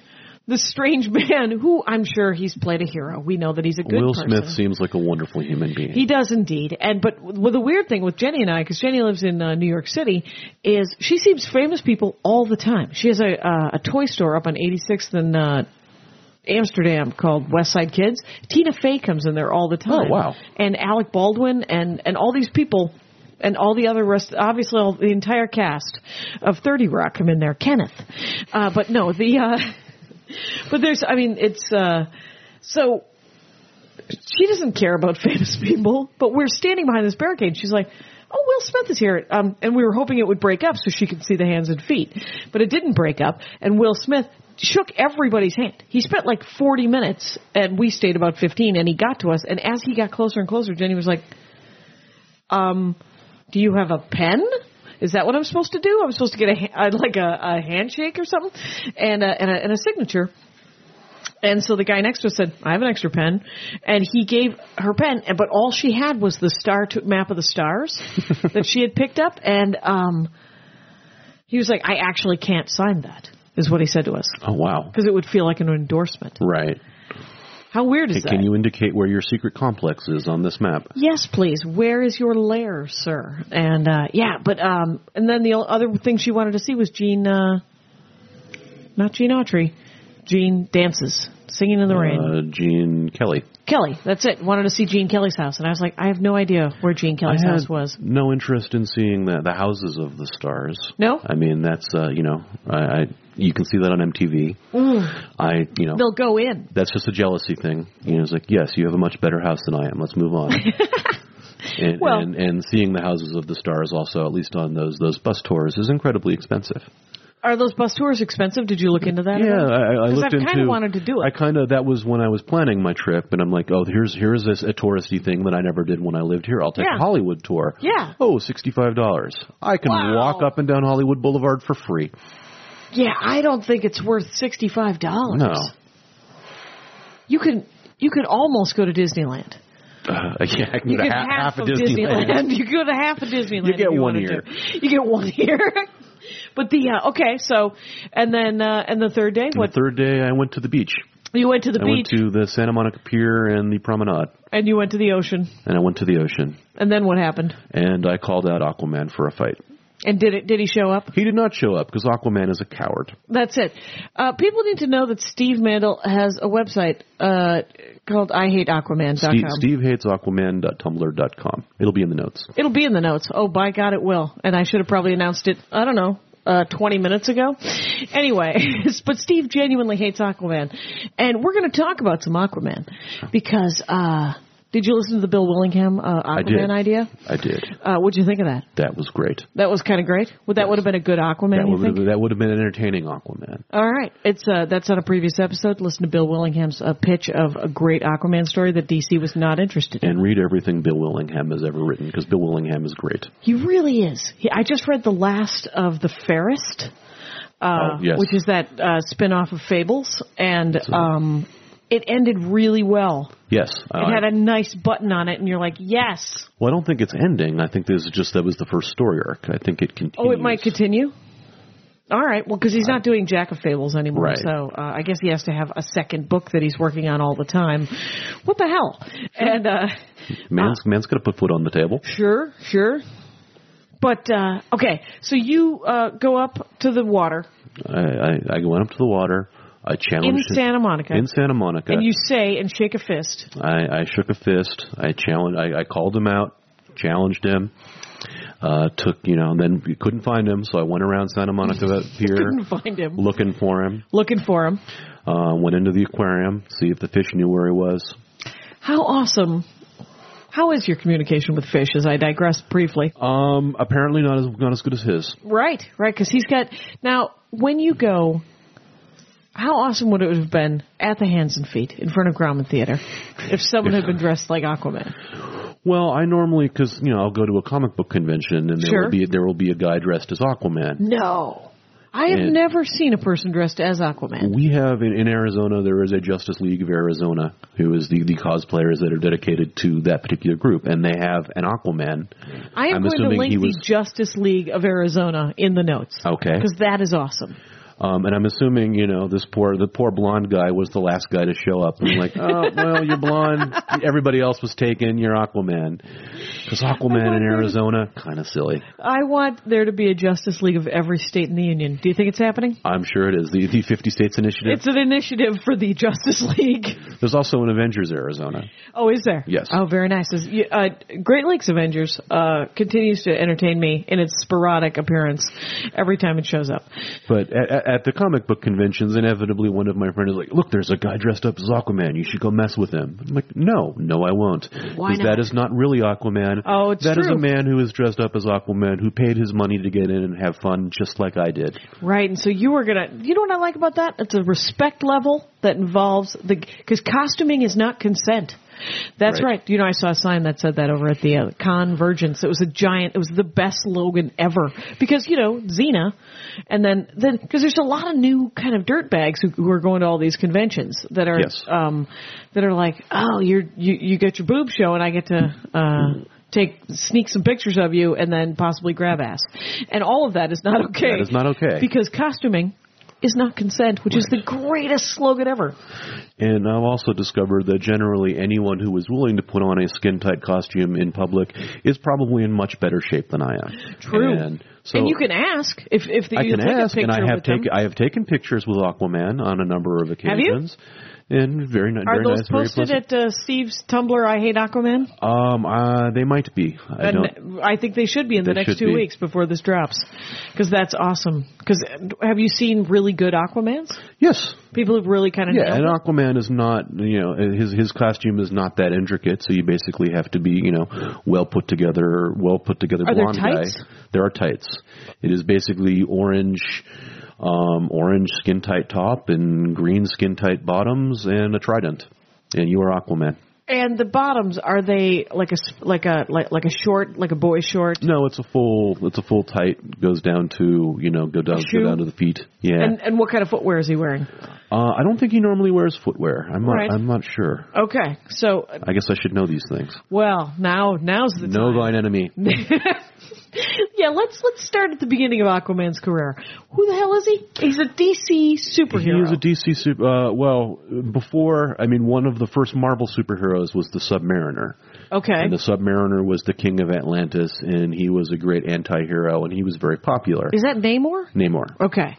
[SPEAKER 2] this strange man who I'm sure he's played a hero. We know that he's a good
[SPEAKER 3] Will
[SPEAKER 2] person.
[SPEAKER 3] Smith seems like a wonderful human being.
[SPEAKER 2] He does indeed. And but well, the weird thing with Jenny and I, because Jenny lives in uh, New York City, is she sees famous people all the time. She has a uh, a toy store up on 86th and uh, Amsterdam called West Side Kids. Tina Fey comes in there all the time.
[SPEAKER 3] Oh, wow.
[SPEAKER 2] And Alec Baldwin and and all these people. And all the other rest, obviously, all, the entire cast of Thirty Rock come in there. Kenneth, uh, but no, the uh, but there's, I mean, it's uh, so she doesn't care about famous people, but we're standing behind this barricade. She's like, "Oh, Will Smith is here," um, and we were hoping it would break up so she could see the hands and feet, but it didn't break up. And Will Smith shook everybody's hand. He spent like 40 minutes, and we stayed about 15. And he got to us, and as he got closer and closer, Jenny was like, "Um, do you have a pen?" Is that what I'm supposed to do? I'm supposed to get a ha- uh, like a, a handshake or something, and a, and, a, and a signature. And so the guy next to us said, I have an extra pen. And he gave her pen, but all she had was the star to, map of the stars that she had picked up. And um, he was like, I actually can't sign that, is what he said to us.
[SPEAKER 3] oh wow!
[SPEAKER 2] Because it would feel like an endorsement.
[SPEAKER 3] Right?
[SPEAKER 2] How weird is that?
[SPEAKER 3] Can you indicate where your secret complex is on this map?
[SPEAKER 2] Yes, please. Where is your lair, sir? And uh, yeah, but um, and then the o- other thing she wanted to see was Gene, uh, not Gene Autry, Gene dances, singing in the rain.
[SPEAKER 3] Uh, Gene Kelly.
[SPEAKER 2] Kelly, that's it. Wanted to see Gene Kelly's house, and I was like, I have no idea where Gene Kelly's
[SPEAKER 3] I
[SPEAKER 2] house
[SPEAKER 3] had
[SPEAKER 2] was.
[SPEAKER 3] no interest in seeing the the houses of the stars.
[SPEAKER 2] No?
[SPEAKER 3] I mean that's uh, you know I, I you can see that on MTV. I you know
[SPEAKER 2] Mm. They'll go in.
[SPEAKER 3] that's just a jealousy thing. You know, it's like yes, you have a much better house than I am. Let's move on. And,
[SPEAKER 2] Well-
[SPEAKER 3] and and seeing the houses of the stars also at least on those those bus tours is incredibly expensive.
[SPEAKER 2] Are those bus tours expensive? Did you look into that? at
[SPEAKER 3] Yeah,
[SPEAKER 2] all?
[SPEAKER 3] I, I- I
[SPEAKER 2] 'Cause
[SPEAKER 3] looked
[SPEAKER 2] I've
[SPEAKER 3] into.
[SPEAKER 2] kinda wanted to do it.
[SPEAKER 3] I kind of that was when I was planning my trip, and I'm like, oh, here's here's this a touristy thing that I never did when I lived here. I'll take
[SPEAKER 2] Yeah.
[SPEAKER 3] a Hollywood tour.
[SPEAKER 2] Yeah.
[SPEAKER 3] Oh, sixty five dollars. I can
[SPEAKER 2] Wow.
[SPEAKER 3] walk up and down Hollywood Boulevard for free.
[SPEAKER 2] yeah, I don't think it's worth sixty five dollars.
[SPEAKER 3] No,
[SPEAKER 2] you could you could almost go to Disneyland.
[SPEAKER 3] uh, yeah, I can
[SPEAKER 2] You
[SPEAKER 3] get
[SPEAKER 2] could
[SPEAKER 3] a ha- half,
[SPEAKER 2] of
[SPEAKER 3] a Disneyland.
[SPEAKER 2] You go to half of Disneyland.
[SPEAKER 3] You get
[SPEAKER 2] if you
[SPEAKER 3] one
[SPEAKER 2] wanted
[SPEAKER 3] year.
[SPEAKER 2] to. You get one year. But the uh, okay, so and then uh, and the third day,
[SPEAKER 3] The
[SPEAKER 2] what
[SPEAKER 3] third day, I went to the beach.
[SPEAKER 2] you went to the
[SPEAKER 3] I
[SPEAKER 2] beach
[SPEAKER 3] went to the Santa Monica Pier and the Promenade,
[SPEAKER 2] and you went to the ocean,
[SPEAKER 3] and I went to the ocean,
[SPEAKER 2] and then what happened?
[SPEAKER 3] and I called out Aquaman for a fight.
[SPEAKER 2] And did it? Did he show up?
[SPEAKER 3] He did not show up because Aquaman is a coward.
[SPEAKER 2] That's it. Uh, people need to know that Steve Mandel has a website uh, called IHateAquaman.com.
[SPEAKER 3] Steve, Steve hates Aquaman.tumblr.com. It'll be in the notes.
[SPEAKER 2] It'll be in the notes. Oh, by God, it will. And I should have probably announced it, I don't know, uh, 20 minutes ago. Anyway, but Steve genuinely hates Aquaman. And we're going to talk about some Aquaman because, uh, did you listen to the Bill Willingham uh, Aquaman
[SPEAKER 3] did.
[SPEAKER 2] idea?
[SPEAKER 3] I did.
[SPEAKER 2] Uh, what'd you think of that?
[SPEAKER 3] That was great.
[SPEAKER 2] That was kind of great. Would that would have been a good Aquaman?
[SPEAKER 3] That
[SPEAKER 2] you
[SPEAKER 3] would
[SPEAKER 2] think?
[SPEAKER 3] have, that would have been entertaining Aquaman.
[SPEAKER 2] All right, it's uh, that's on a previous episode. Listen to Bill Willingham's uh, pitch of a great Aquaman story that DC was not interested in.
[SPEAKER 3] And read everything Bill Willingham has ever written because Bill Willingham is great.
[SPEAKER 2] He really is. He, I just read the last of the Fairest, uh,
[SPEAKER 3] Oh, yes.
[SPEAKER 2] which is that uh, spin-off of Fables, and um, it ended really well.
[SPEAKER 3] Yes.
[SPEAKER 2] It had a nice button on it, and you're like, yes.
[SPEAKER 3] well, I don't think it's ending. I think this is just that was the first story arc. I think it continues.
[SPEAKER 2] Oh, it might continue. All right. Well, because he's not doing Jack of Fables anymore,
[SPEAKER 3] Right.
[SPEAKER 2] so uh, I guess he has to have a second book that he's working on all the time. What the hell? And uh,
[SPEAKER 3] Man's, man's going to put foot on the table.
[SPEAKER 2] sure, sure. But uh, okay, so you uh, go up to the water
[SPEAKER 3] I, I, I went up to the water. I
[SPEAKER 2] in
[SPEAKER 3] challenged him-
[SPEAKER 2] Santa Monica,
[SPEAKER 3] Oh, in Santa Monica.
[SPEAKER 2] and you say and shake a fist.
[SPEAKER 3] I, I shook a fist. I challenged. I, I called him out. Challenged him. Uh, took you know, and then we couldn't find him, so I went around Santa Monica Pier
[SPEAKER 2] Couldn't find him.
[SPEAKER 3] looking for him.
[SPEAKER 2] Looking for him.
[SPEAKER 3] Uh, went into the aquarium, see if the fish knew where he was.
[SPEAKER 2] How awesome! How is your communication with fish? As I digress briefly.
[SPEAKER 3] Um, apparently not as not as good as his.
[SPEAKER 2] Right, right, because he's got now. When you go, how awesome would it have been at the Hands and Feet in front of Grauman Theater if someone had been dressed like Aquaman?
[SPEAKER 3] Well, I normally because you know I'll go to a comic book convention and there
[SPEAKER 2] Sure.
[SPEAKER 3] will be there will be a guy dressed as Aquaman.
[SPEAKER 2] No, I have
[SPEAKER 3] And-
[SPEAKER 2] never seen a person dressed as Aquaman.
[SPEAKER 3] We have in, in Arizona there is a Justice League of Arizona who is the the cosplayers that are dedicated to that particular group, and they have an Aquaman.
[SPEAKER 2] I am going
[SPEAKER 3] I'm
[SPEAKER 2] to
[SPEAKER 3] assuming
[SPEAKER 2] link
[SPEAKER 3] he
[SPEAKER 2] the
[SPEAKER 3] was-
[SPEAKER 2] Justice League of Arizona in the notes.
[SPEAKER 3] Okay.
[SPEAKER 2] because that is awesome.
[SPEAKER 3] Um, and I'm assuming, you know, this poor the poor blonde guy was the last guy to show up. And I'm like, oh well, you're blonde. Everybody else was taken. You're Aquaman. Because Aquaman in Arizona, kind of silly.
[SPEAKER 2] I want there to be a Justice League of every state in the union. Do you think it's happening?
[SPEAKER 3] I'm sure it is the the 50 states initiative.
[SPEAKER 2] It's an initiative for the Justice League.
[SPEAKER 3] There's also an Avengers Arizona.
[SPEAKER 2] Oh, is there?
[SPEAKER 3] Yes.
[SPEAKER 2] Oh, very nice. Is- you- Uh, Great Lakes Avengers uh, continues to entertain me in its sporadic appearance every time it shows up.
[SPEAKER 3] But at, at- at the comic book conventions, inevitably one of my friends is like, "Look, there's a guy dressed up as Aquaman. You should go mess with him." I'm like, "No, no, I won't.
[SPEAKER 2] Why
[SPEAKER 3] that
[SPEAKER 2] not?
[SPEAKER 3] is not really Aquaman.
[SPEAKER 2] Oh, it's
[SPEAKER 3] That is
[SPEAKER 2] true.
[SPEAKER 3] a man who is dressed up as Aquaman who paid his money to get in and have fun, just like I did.
[SPEAKER 2] Right. And so you were gonna. You know what I like about that? It's a respect level that involves the because costuming is not consent. That's
[SPEAKER 3] Right.
[SPEAKER 2] right. You know, I saw a sign that said that over at the uh, Convergence. It was a giant. It was the best slogan ever because you know Xena, and then then because there's a lot of new kind of dirtbags who, who are going to all these conventions that are
[SPEAKER 3] Yes.
[SPEAKER 2] um, that are like, oh, you're you, you get your boob show, and I get to uh, take sneak some pictures of you, and then possibly grab ass, and all of that is not okay.
[SPEAKER 3] That is not okay.
[SPEAKER 2] because costuming is not consent, which is the greatest slogan ever.
[SPEAKER 3] And I've also discovered that generally anyone who is willing to put on a skin tight costume in public is probably in much better shape than I am.
[SPEAKER 2] True.
[SPEAKER 3] And so
[SPEAKER 2] and you can ask if if the,
[SPEAKER 3] I
[SPEAKER 2] you
[SPEAKER 3] can
[SPEAKER 2] take
[SPEAKER 3] ask,
[SPEAKER 2] a picture
[SPEAKER 3] and I have
[SPEAKER 2] with them.
[SPEAKER 3] taken I have taken pictures with Aquaman on a number of
[SPEAKER 2] you?
[SPEAKER 3] occasions. And very, ni-
[SPEAKER 2] Are
[SPEAKER 3] very
[SPEAKER 2] those
[SPEAKER 3] nice, very
[SPEAKER 2] posted at
[SPEAKER 3] pleasant.
[SPEAKER 2] uh, Steve's Tumblr? I hate Aquaman.
[SPEAKER 3] Um, uh, they might be. I don't.
[SPEAKER 2] And I think they should be in the
[SPEAKER 3] They
[SPEAKER 2] next
[SPEAKER 3] should
[SPEAKER 2] two
[SPEAKER 3] be.
[SPEAKER 2] weeks before this drops, because that's awesome. Because have you seen really good Aquamans?
[SPEAKER 3] Yes.
[SPEAKER 2] People have really kind of
[SPEAKER 3] Yeah, and Aquaman is not, you know, his his costume is not that intricate, so you basically have to be, you know, well put together, well put together
[SPEAKER 2] Are there
[SPEAKER 3] blonde
[SPEAKER 2] tights?
[SPEAKER 3] guy. There are tights. It is basically orange, um, orange skin tight top and green skin tight bottoms and a trident, and you are Aquaman.
[SPEAKER 2] And the bottoms are they like a s- like a like, like a short like a boy short?
[SPEAKER 3] No, it's a full, it's a full tight. Goes down to, you know, go down,
[SPEAKER 2] shoe?
[SPEAKER 3] go down to the feet. Yeah,
[SPEAKER 2] And and what kind of footwear is he wearing?
[SPEAKER 3] uh, I don't think he normally wears footwear. I'm not,
[SPEAKER 2] Right.
[SPEAKER 3] I'm not sure.
[SPEAKER 2] Okay, so uh,
[SPEAKER 3] I guess I should know these things.
[SPEAKER 2] well now now's the
[SPEAKER 3] Know
[SPEAKER 2] time.
[SPEAKER 3] thine enemy.
[SPEAKER 2] yeah, let's let's start at the beginning of Aquaman's career. Who the hell is he? He's a DC
[SPEAKER 3] He
[SPEAKER 2] superhero.
[SPEAKER 3] is a DC super. Uh, well, before I mean, one of the first Marvel superheroes was the Submariner,
[SPEAKER 2] okay.
[SPEAKER 3] and the Submariner was the king of Atlantis, and he was a great anti-hero, and he was very popular.
[SPEAKER 2] is that Namor?
[SPEAKER 3] Namor,
[SPEAKER 2] Okay.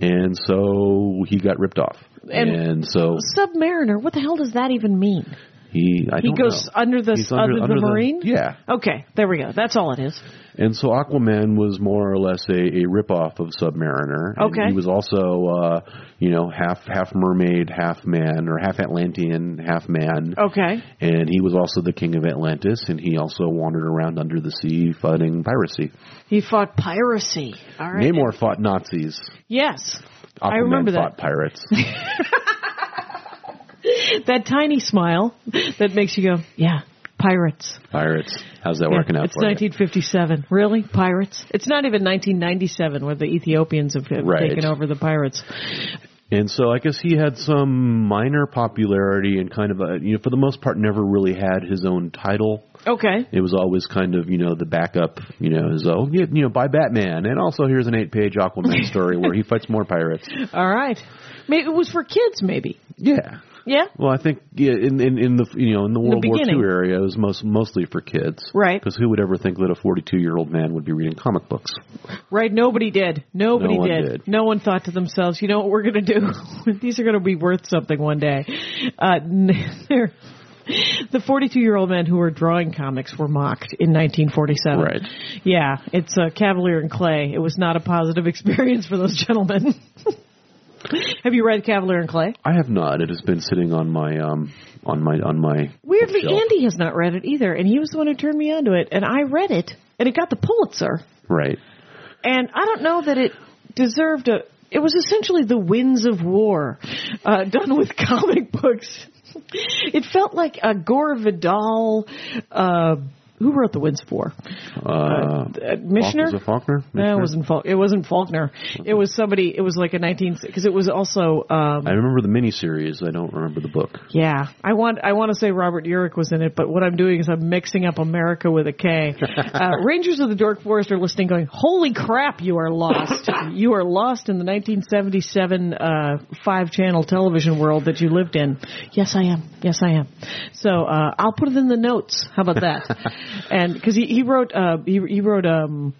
[SPEAKER 3] and so he got ripped off,
[SPEAKER 2] And-
[SPEAKER 3] and, so
[SPEAKER 2] Submariner. What the hell does that even mean?
[SPEAKER 3] he I
[SPEAKER 2] He
[SPEAKER 3] don't
[SPEAKER 2] goes
[SPEAKER 3] know.
[SPEAKER 2] under the
[SPEAKER 3] He's
[SPEAKER 2] under, the marine.
[SPEAKER 3] yeah,
[SPEAKER 2] Okay, there we go. That's all it is.
[SPEAKER 3] And so Aquaman was more or less a, a ripoff of Submariner. And
[SPEAKER 2] Okay.
[SPEAKER 3] He was also, uh, you know, half half mermaid, half man, or half Atlantean, half man.
[SPEAKER 2] Okay.
[SPEAKER 3] And he was also the king of Atlantis, and he also wandered around under the sea fighting piracy.
[SPEAKER 2] He fought piracy. All right.
[SPEAKER 3] Namor fought Nazis.
[SPEAKER 2] Yes.
[SPEAKER 3] Aquaman
[SPEAKER 2] I remember that.
[SPEAKER 3] fought pirates.
[SPEAKER 2] That tiny smile that makes you go, yeah, pirates.
[SPEAKER 3] pirates. How's that
[SPEAKER 2] Yeah,
[SPEAKER 3] working out
[SPEAKER 2] it's
[SPEAKER 3] for you?
[SPEAKER 2] 1957. Really? Pirates? It's not even 1997 where the Ethiopians have, have
[SPEAKER 3] Right.
[SPEAKER 2] taken over the pirates.
[SPEAKER 3] And so I guess he had some minor popularity and kind of a, you know, for the most part, never really had his own title.
[SPEAKER 2] Okay.
[SPEAKER 3] It was always kind of, you know, the backup, you know, is, oh, yeah, you know, buy Batman. And also here's an eight page Aquaman story where he fights more pirates.
[SPEAKER 2] All right. Maybe it was for kids, maybe.
[SPEAKER 3] Yeah.
[SPEAKER 2] Yeah?
[SPEAKER 3] Well, I think yeah, in, in, in the, you know, in the World War
[SPEAKER 2] beginning.
[SPEAKER 3] II area, it was most, mostly for kids.
[SPEAKER 2] Right.
[SPEAKER 3] Because who would ever think that a 42 year old man would be reading comic books?
[SPEAKER 2] Right? Nobody did. Nobody
[SPEAKER 3] No one
[SPEAKER 2] did.
[SPEAKER 3] did.
[SPEAKER 2] No one thought to themselves, you know what we're going to do? These are going to be worth something one day. Uh, they're- the 42 year old men who were drawing comics were mocked in 1947.
[SPEAKER 3] Right.
[SPEAKER 2] Yeah, it's uh, Cavalier and Clay. It was not a positive experience for those gentlemen. Have you read Cavalier and Clay?
[SPEAKER 3] I have not. It has been sitting on my, um, on my, on my.
[SPEAKER 2] Weirdly,
[SPEAKER 3] bookshelf.
[SPEAKER 2] Andy has not read it either, and he was the one who turned me onto it, and I read it, and it got the Pulitzer.
[SPEAKER 3] Right.
[SPEAKER 2] and I don't know that it deserved a. It was essentially the winds of war, uh, done with comic books. It felt like a Gore Vidal. Uh, who wrote the winds of war?
[SPEAKER 3] Uh,
[SPEAKER 2] Uh, Missioner.
[SPEAKER 3] Was it Faulkner?
[SPEAKER 2] No,
[SPEAKER 3] Michener?
[SPEAKER 2] it wasn't Faulkner. It wasn't Faulkner. It was somebody. It was like a nineteen because it was also. Um,
[SPEAKER 3] I remember the miniseries. I don't remember the book.
[SPEAKER 2] yeah, I want I want to say Robert Urich was in it, but what I'm doing is I'm mixing up America with a K. Uh, Rangers of the Dork Forest are listening, going, "Holy crap, you are lost! you are lost in the 1977 uh, five channel television world that you lived in." Yes, I am. Yes, I am. So uh, I'll put it in the notes. How about that? and because he, he wrote uh, he, he wrote um,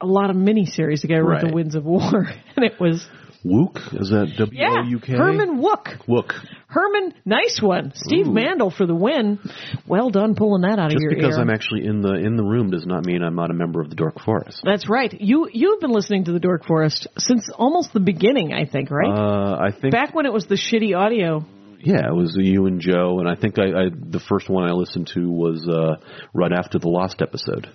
[SPEAKER 2] a lot of miniseries. The guy who wrote
[SPEAKER 3] Right.
[SPEAKER 2] The Winds of War, and it was
[SPEAKER 3] Wook? Is that W
[SPEAKER 2] yeah,
[SPEAKER 3] O U K?
[SPEAKER 2] Herman Wook.
[SPEAKER 3] Wook.
[SPEAKER 2] Herman, nice one. Steve
[SPEAKER 3] Ooh.
[SPEAKER 2] Mandel for the win. Well done pulling that out of
[SPEAKER 3] Just
[SPEAKER 2] your
[SPEAKER 3] because
[SPEAKER 2] ear.
[SPEAKER 3] I'm actually in the in the room does not mean I'm not a member of the Dork Forest.
[SPEAKER 2] That's right. You you've been listening to the Dork Forest since almost the beginning, I think,
[SPEAKER 3] Uh,
[SPEAKER 2] right?
[SPEAKER 3] I think
[SPEAKER 2] Back when it was the shitty audio.
[SPEAKER 3] yeah, it was you and Joe, and I think I, I the first one I listened to was uh, right after the Lost episode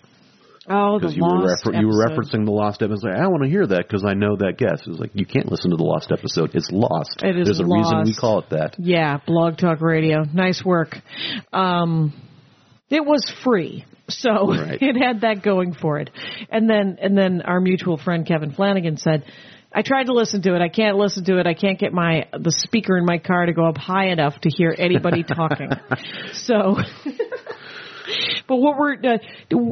[SPEAKER 2] Oh, the
[SPEAKER 3] because you were
[SPEAKER 2] lost
[SPEAKER 3] refer- you were
[SPEAKER 2] episode.
[SPEAKER 3] referencing the Lost episode. I want to hear that because I know that guest. It was like you can't listen to the Lost episode. It's lost.
[SPEAKER 2] It is
[SPEAKER 3] There's a reason we
[SPEAKER 2] lost.
[SPEAKER 3] call it that.
[SPEAKER 2] Yeah, Blog Talk Radio. Nice work. Um, it was free, so
[SPEAKER 3] Right.
[SPEAKER 2] it had that going for it. And then, and then our mutual friend Kevin Flanagan said, "I tried to listen to it. I can't listen to it. I can't get my the speaker in my car to go up high enough to hear anybody talking." so. But what were uh,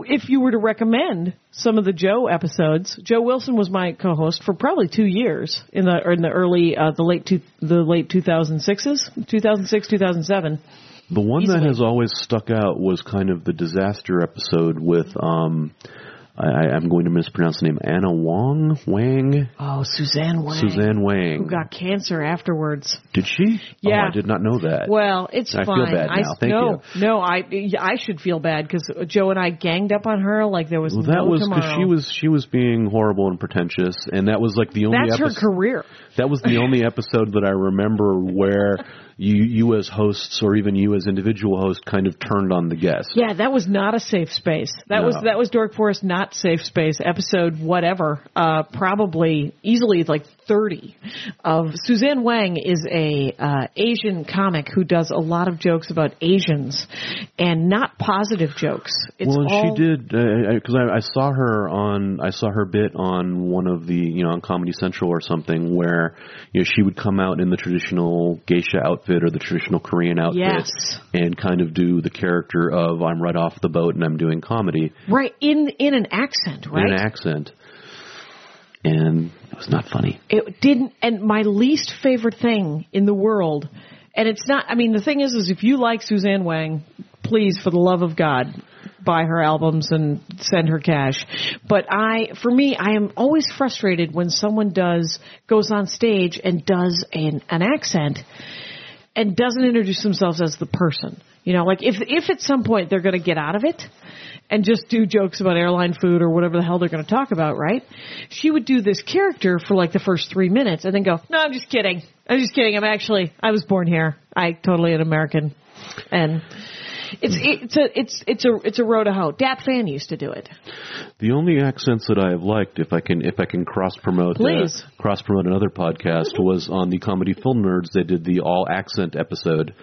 [SPEAKER 2] if you were to recommend some of the Joe episodes? Joe Wilson was my co-host for probably two years in the or in the early uh, the late two, the late 2006s, 2006 2007.
[SPEAKER 3] The one that
[SPEAKER 2] Easily.
[SPEAKER 3] has always stuck out was kind of the disaster episode with um, I, I- I'm going to mispronounce the name Anna Wong Wang
[SPEAKER 2] Oh, Suzanne Wang
[SPEAKER 3] Suzanne Wang.
[SPEAKER 2] who got cancer afterwards.
[SPEAKER 3] Did she?
[SPEAKER 2] Yeah.
[SPEAKER 3] Oh, I did not know that.
[SPEAKER 2] Well, it's
[SPEAKER 3] I feel
[SPEAKER 2] fine.
[SPEAKER 3] bad now. Thank
[SPEAKER 2] no, no, I I should feel bad because Joe and I ganged up on her like there was
[SPEAKER 3] Well, that
[SPEAKER 2] no
[SPEAKER 3] was
[SPEAKER 2] tomorrow.
[SPEAKER 3] she was she was being horrible and pretentious, and that was like the only
[SPEAKER 2] That's her
[SPEAKER 3] episode.
[SPEAKER 2] career.
[SPEAKER 3] That was the only episode that I remember where you you as hosts or even you as individual host kind of turned on the guest.
[SPEAKER 2] Yeah, that was not a safe space. That
[SPEAKER 3] No.
[SPEAKER 2] was that was Dork Forest not safe space episode whatever. Uh, probably easily like thirty. Of Suzanne Wang is a uh, Asian comic who does a lot of jokes about Asians, and not positive jokes. It's
[SPEAKER 3] well,
[SPEAKER 2] all,
[SPEAKER 3] and she did because I, I saw her on I saw her bit on one of the you know on Comedy Central or something where you know she would come out in the traditional geisha outfit or the traditional Korean outfit
[SPEAKER 2] Yes.
[SPEAKER 3] and kind of do the character of I'm right off the boat and I'm doing comedy.
[SPEAKER 2] Right in in an accent,
[SPEAKER 3] in
[SPEAKER 2] right?
[SPEAKER 3] an accent, and it was not funny.
[SPEAKER 2] it didn't and my least favorite thing in the world and it's not i mean the thing is is if you like suzanne wang please for the love of god buy her albums and send her cash but i for me i am always frustrated when someone does goes on stage and does an, an accent and doesn't introduce themselves as the person. You know, like if if at some point they're going to get out of it and just do jokes about airline food or whatever the hell they're going to talk about, right? She would do this character for like the first 3 minutes and then go, "No, I'm just kidding. I'm just kidding. I'm actually I was born here. I totally an American." And it's it's a it's it's a it's a road to hoe. Dap Fan used to do it.
[SPEAKER 3] The only accents that I have liked, if I can, if I can cross promote,
[SPEAKER 2] Please.
[SPEAKER 3] cross promote another podcast, was on the comedy film nerds. They did the all accent episode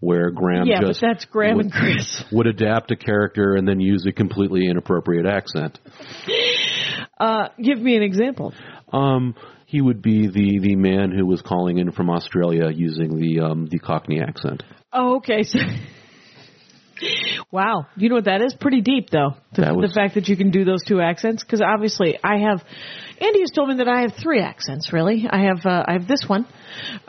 [SPEAKER 3] where Graham
[SPEAKER 2] yeah, but
[SPEAKER 3] just
[SPEAKER 2] that's Graham
[SPEAKER 3] would,
[SPEAKER 2] and Chris.
[SPEAKER 3] would adapt a character and then use a completely inappropriate accent.
[SPEAKER 2] Uh, give me an example.
[SPEAKER 3] Um, he would be the the man who was calling in from Australia using the um, the Cockney accent.
[SPEAKER 2] Oh, okay. So, wow. You know what that is? Pretty deep, though. The,
[SPEAKER 3] That was-
[SPEAKER 2] the fact that you can do those two accents, because obviously I have. Andy has told me that I have three accents. Really, I have. Uh, I have this one,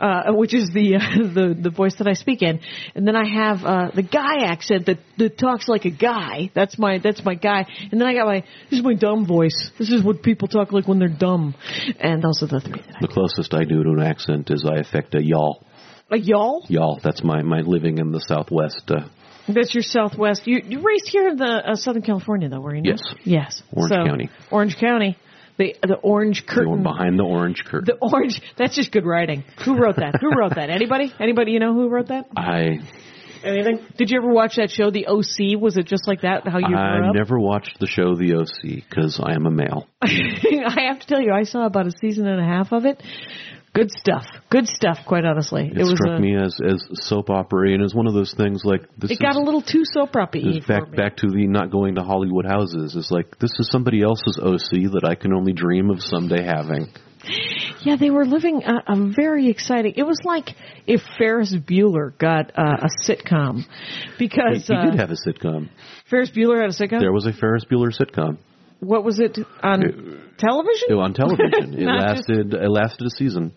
[SPEAKER 2] uh, which is the uh, the the voice that I speak in, and then I have uh, the guy accent that that talks like a guy. That's my that's my guy. And then I got my this is my dumb voice. This is what people talk like when they're dumb. And those are the three. That
[SPEAKER 3] The closest I do to an accent is I affect a y'all.
[SPEAKER 2] I, uh, y'all.
[SPEAKER 3] Y'all, that's my, my living in the Southwest. Uh,
[SPEAKER 2] That's your Southwest. You you raised here in the uh, Southern California, though, were you? not?
[SPEAKER 3] Yes.
[SPEAKER 2] Yes.
[SPEAKER 3] Orange
[SPEAKER 2] So,
[SPEAKER 3] County.
[SPEAKER 2] Orange County. The the orange
[SPEAKER 3] we were
[SPEAKER 2] curtain.
[SPEAKER 3] behind the orange curtain.
[SPEAKER 2] The orange. That's just good writing. Who wrote that? who wrote that? Anybody? Anybody? You know who wrote that?
[SPEAKER 3] I
[SPEAKER 2] Anything? Did you ever watch that show, The OC? Was it just like that? How you grew
[SPEAKER 3] I
[SPEAKER 2] up?
[SPEAKER 3] never watched the show The OC because I am a male.
[SPEAKER 2] I have to tell you, I saw about a season and a half of it. Good stuff. Good stuff. Quite honestly, it,
[SPEAKER 3] It,
[SPEAKER 2] was.
[SPEAKER 3] struck
[SPEAKER 2] a,
[SPEAKER 3] me as as soap opera and as one of those things like this.
[SPEAKER 2] it got
[SPEAKER 3] is-
[SPEAKER 2] a little too soap opera
[SPEAKER 3] this is back back to the not going to Hollywood houses. It's like this is somebody else's OC that I can only dream of someday having.
[SPEAKER 2] Yeah, they were living a, a very exciting. It was like if Ferris Bueller got uh, a sitcom,
[SPEAKER 3] He,
[SPEAKER 2] because
[SPEAKER 3] he
[SPEAKER 2] uh,
[SPEAKER 3] did have a sitcom.
[SPEAKER 2] Ferris Bueller had a sitcom.
[SPEAKER 3] There was a Ferris Bueller sitcom
[SPEAKER 2] what was it on television?
[SPEAKER 3] It- on television. It
[SPEAKER 2] Not just-
[SPEAKER 3] lasted it lasted a season.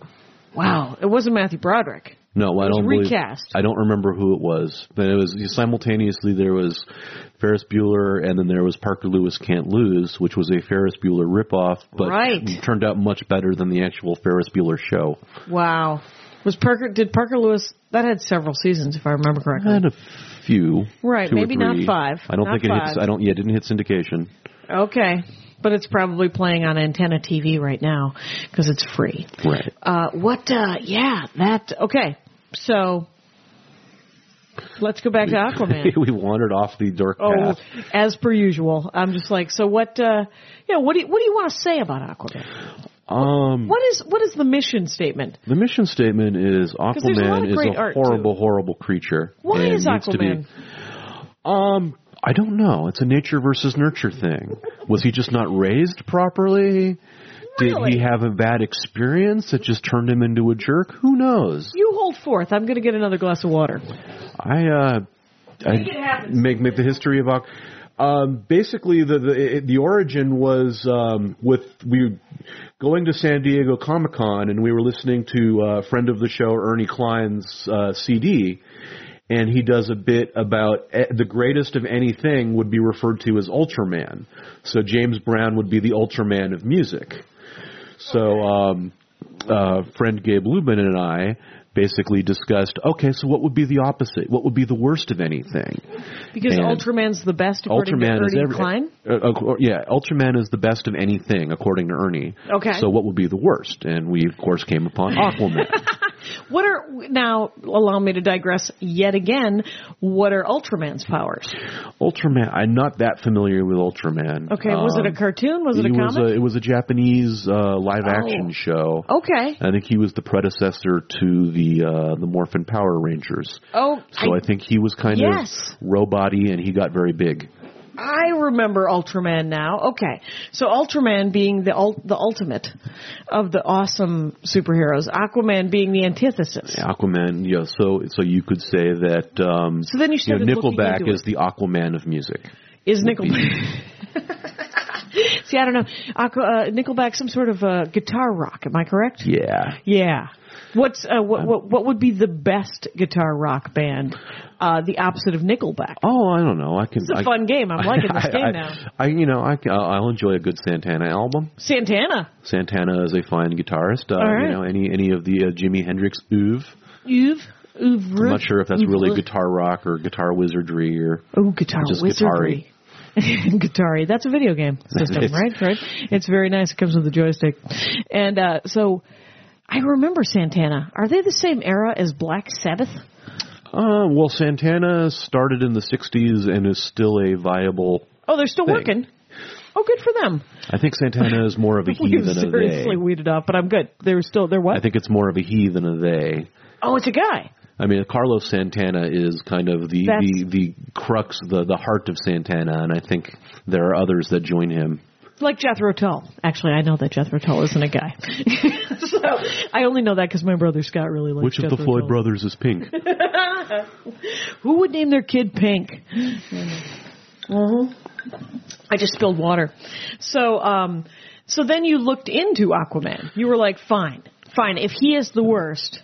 [SPEAKER 2] wow, it wasn't Matthew Broderick.
[SPEAKER 3] No, I
[SPEAKER 2] was
[SPEAKER 3] don't believe-
[SPEAKER 2] recast.
[SPEAKER 3] I don't remember who it was, but it was simultaneously there was Ferris Bueller, and then there was Parker Lewis Can't Lose, which was a Ferris Bueller ripoff, but
[SPEAKER 2] Right.
[SPEAKER 3] turned out much better than the actual Ferris Bueller show.
[SPEAKER 2] Wow, was Parker? Did Parker Lewis? That had several seasons, if I remember correctly.
[SPEAKER 3] And a few,
[SPEAKER 2] Right,
[SPEAKER 3] two or
[SPEAKER 2] maybe not
[SPEAKER 3] three.
[SPEAKER 2] five.
[SPEAKER 3] I don't
[SPEAKER 2] Not
[SPEAKER 3] think it hits.
[SPEAKER 2] five.
[SPEAKER 3] I don't. Yeah, it didn't hit syndication.
[SPEAKER 2] Okay, but it's probably playing on antenna TV right now because it's free.
[SPEAKER 3] Right.
[SPEAKER 2] Uh, what? Uh, yeah, that. Okay, so let's go back to Aquaman.
[SPEAKER 3] we wandered off the dark
[SPEAKER 2] Oh,
[SPEAKER 3] path.
[SPEAKER 2] as per usual. I'm just like, so what? Uh, you know, what do you, what do you want to say about Aquaman?
[SPEAKER 3] Um,
[SPEAKER 2] What is what is the mission statement?
[SPEAKER 3] the mission statement is
[SPEAKER 2] there's a lot
[SPEAKER 3] Aquaman
[SPEAKER 2] of
[SPEAKER 3] is
[SPEAKER 2] great
[SPEAKER 3] a
[SPEAKER 2] art,
[SPEAKER 3] horrible, horrible creature.
[SPEAKER 2] Why
[SPEAKER 3] and
[SPEAKER 2] is
[SPEAKER 3] needs to be-
[SPEAKER 2] Aquaman?
[SPEAKER 3] Um, I don't know. It's a nature versus nurture thing. Was he just not raised properly? Did
[SPEAKER 2] Really?
[SPEAKER 3] he have a bad experience that just turned him into a jerk? Who knows?
[SPEAKER 2] You hold forth. I'm going to get another glass of water.
[SPEAKER 3] I uh, make I
[SPEAKER 2] it happen.
[SPEAKER 3] make make the history of Aqu- um, basically the the it, the origin was um, with we were going to San Diego Comic Con and we were listening to uh, friend of the show Ernie Klein's uh, CD. And he does a bit about eh, the greatest of anything would be referred to as Ultraman. So James Brown would be the Ultraman of music. So um, uh, friend Gabe Lubin and I basically discussed, okay, so what would be the opposite? What would be the worst of anything?
[SPEAKER 2] Because
[SPEAKER 3] Man.
[SPEAKER 2] Ultraman's the best, according
[SPEAKER 3] Ultraman
[SPEAKER 2] to
[SPEAKER 3] is
[SPEAKER 2] Ernie
[SPEAKER 3] every,
[SPEAKER 2] Klein.
[SPEAKER 3] uh, uh, yeah, Ultraman is the best of anything, according to Ernie.
[SPEAKER 2] Okay.
[SPEAKER 3] So what would be the worst? And we, of course, came upon Aquaman.
[SPEAKER 2] What are now? Allow me to digress yet again. What are Ultraman's powers?
[SPEAKER 3] Ultraman, I'm not that familiar with Ultraman.
[SPEAKER 2] Okay, was it a
[SPEAKER 3] Um,
[SPEAKER 2] cartoon? Was it a
[SPEAKER 3] he
[SPEAKER 2] comic? Oh.
[SPEAKER 3] was a, it was a Japanese uh, live action show.
[SPEAKER 2] okay.
[SPEAKER 3] I think he was the predecessor to the uh, the Morphin Power Rangers.
[SPEAKER 2] Oh,
[SPEAKER 3] So I, think he was kind
[SPEAKER 2] Yes.
[SPEAKER 3] of roboty, and he got very big.
[SPEAKER 2] I remember Ultraman now. Okay, so Ultraman being the ul- the ultimate of the awesome superheroes, Aquaman being the antithesis.
[SPEAKER 3] Aquaman, yeah. So so you could say that. Um,
[SPEAKER 2] So then you
[SPEAKER 3] know,
[SPEAKER 2] started looking
[SPEAKER 3] Nickelback
[SPEAKER 2] into
[SPEAKER 3] is the Aquaman of music.
[SPEAKER 2] Is Nickelback? See, I don't know. Aqua, uh, Nickelback, some sort of uh, guitar rock. Am I correct?
[SPEAKER 3] Yeah.
[SPEAKER 2] Yeah. What's uh, what, what what would be the best guitar rock band? Uh, the opposite of Nickelback.
[SPEAKER 3] Oh, I don't know. I can.
[SPEAKER 2] It's a
[SPEAKER 3] I-
[SPEAKER 2] fun game. I'm liking this
[SPEAKER 3] I,
[SPEAKER 2] game
[SPEAKER 3] I-
[SPEAKER 2] now.
[SPEAKER 3] I, you know, I, I'll I'll enjoy a good Santana album.
[SPEAKER 2] Santana.
[SPEAKER 3] Santana is a fine guitarist. Uh,
[SPEAKER 2] All right.
[SPEAKER 3] You know, any any of the uh, Jimi Hendrix oeuvre.
[SPEAKER 2] You've.
[SPEAKER 3] I'm not sure if that's really guitar rock or guitar wizardry or.
[SPEAKER 2] Oh, guitar
[SPEAKER 3] Just
[SPEAKER 2] wizardry. Guitari. That's a video game system,
[SPEAKER 3] It's-
[SPEAKER 2] right? Right. It's very nice. It comes with a joystick, and uh, so I remember Santana. Are they the same era as Black Sabbath?
[SPEAKER 3] Uh, well, Santana started in the '60s and is still a viable.
[SPEAKER 2] Oh, they're still
[SPEAKER 3] Thing.
[SPEAKER 2] working. Oh, good for them.
[SPEAKER 3] I think Santana is more of a he
[SPEAKER 2] We've
[SPEAKER 3] than a they.
[SPEAKER 2] seriously weeded off, but I'm good. They're still they're what?
[SPEAKER 3] I think it's more of a he than a they.
[SPEAKER 2] oh, it's a guy.
[SPEAKER 3] I mean, Carlos Santana is kind of the,
[SPEAKER 2] That's-
[SPEAKER 3] the, the crux, the, the heart of Santana, and I think there are others that join him.
[SPEAKER 2] Like Jethro Tull. Actually, I know that Jethro Tull isn't a guy. so I only know that because my brother Scott really likes
[SPEAKER 3] Which of the
[SPEAKER 2] Jethro
[SPEAKER 3] Floyd
[SPEAKER 2] Tull.
[SPEAKER 3] brothers is pink?
[SPEAKER 2] Who would name their kid Pink? I just spilled water. So, um, so then you looked into Aquaman. You were like, fine, fine. If he is the worst,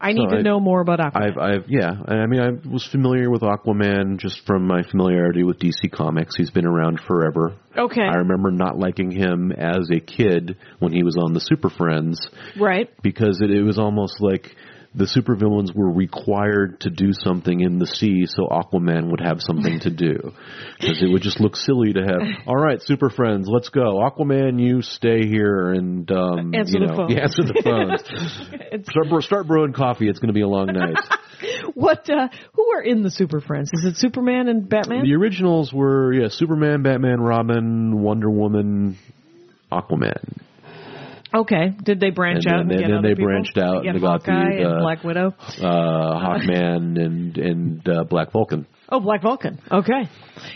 [SPEAKER 2] I need to
[SPEAKER 3] I-
[SPEAKER 2] know more about Aquaman.
[SPEAKER 3] I've, I've, yeah. I mean, I was familiar with Aquaman just from my familiarity with DC Comics. He's been around forever.
[SPEAKER 2] okay,
[SPEAKER 3] I remember not liking him as a kid when he was on the Super Friends
[SPEAKER 2] right?
[SPEAKER 3] because it, it was almost like the supervillains were required to do something in the sea so Aquaman would have something to do. Because it would just look silly to have, all right, super friends, let's go. Aquaman, you stay here and, um,
[SPEAKER 2] Answer
[SPEAKER 3] you
[SPEAKER 2] the
[SPEAKER 3] know,
[SPEAKER 2] phones.
[SPEAKER 3] answer the phones. start, bre- start brewing coffee. It's going to be a long night.
[SPEAKER 2] What? Uh, who are in the Super Friends? Is it Superman and Batman?
[SPEAKER 3] the originals were, yeah, Superman, Batman, Robin, Wonder Woman, Aquaman.
[SPEAKER 2] Okay. Did they branch
[SPEAKER 3] And then-
[SPEAKER 2] out? and
[SPEAKER 3] then-
[SPEAKER 2] get
[SPEAKER 3] then
[SPEAKER 2] other
[SPEAKER 3] they
[SPEAKER 2] people?
[SPEAKER 3] branched out
[SPEAKER 2] Get
[SPEAKER 3] and they got the,
[SPEAKER 2] Hawkeye and
[SPEAKER 3] uh,
[SPEAKER 2] Black Widow.
[SPEAKER 3] uh, Hawkman and and uh, Black Vulcan.
[SPEAKER 2] Oh, Black Vulcan. Okay.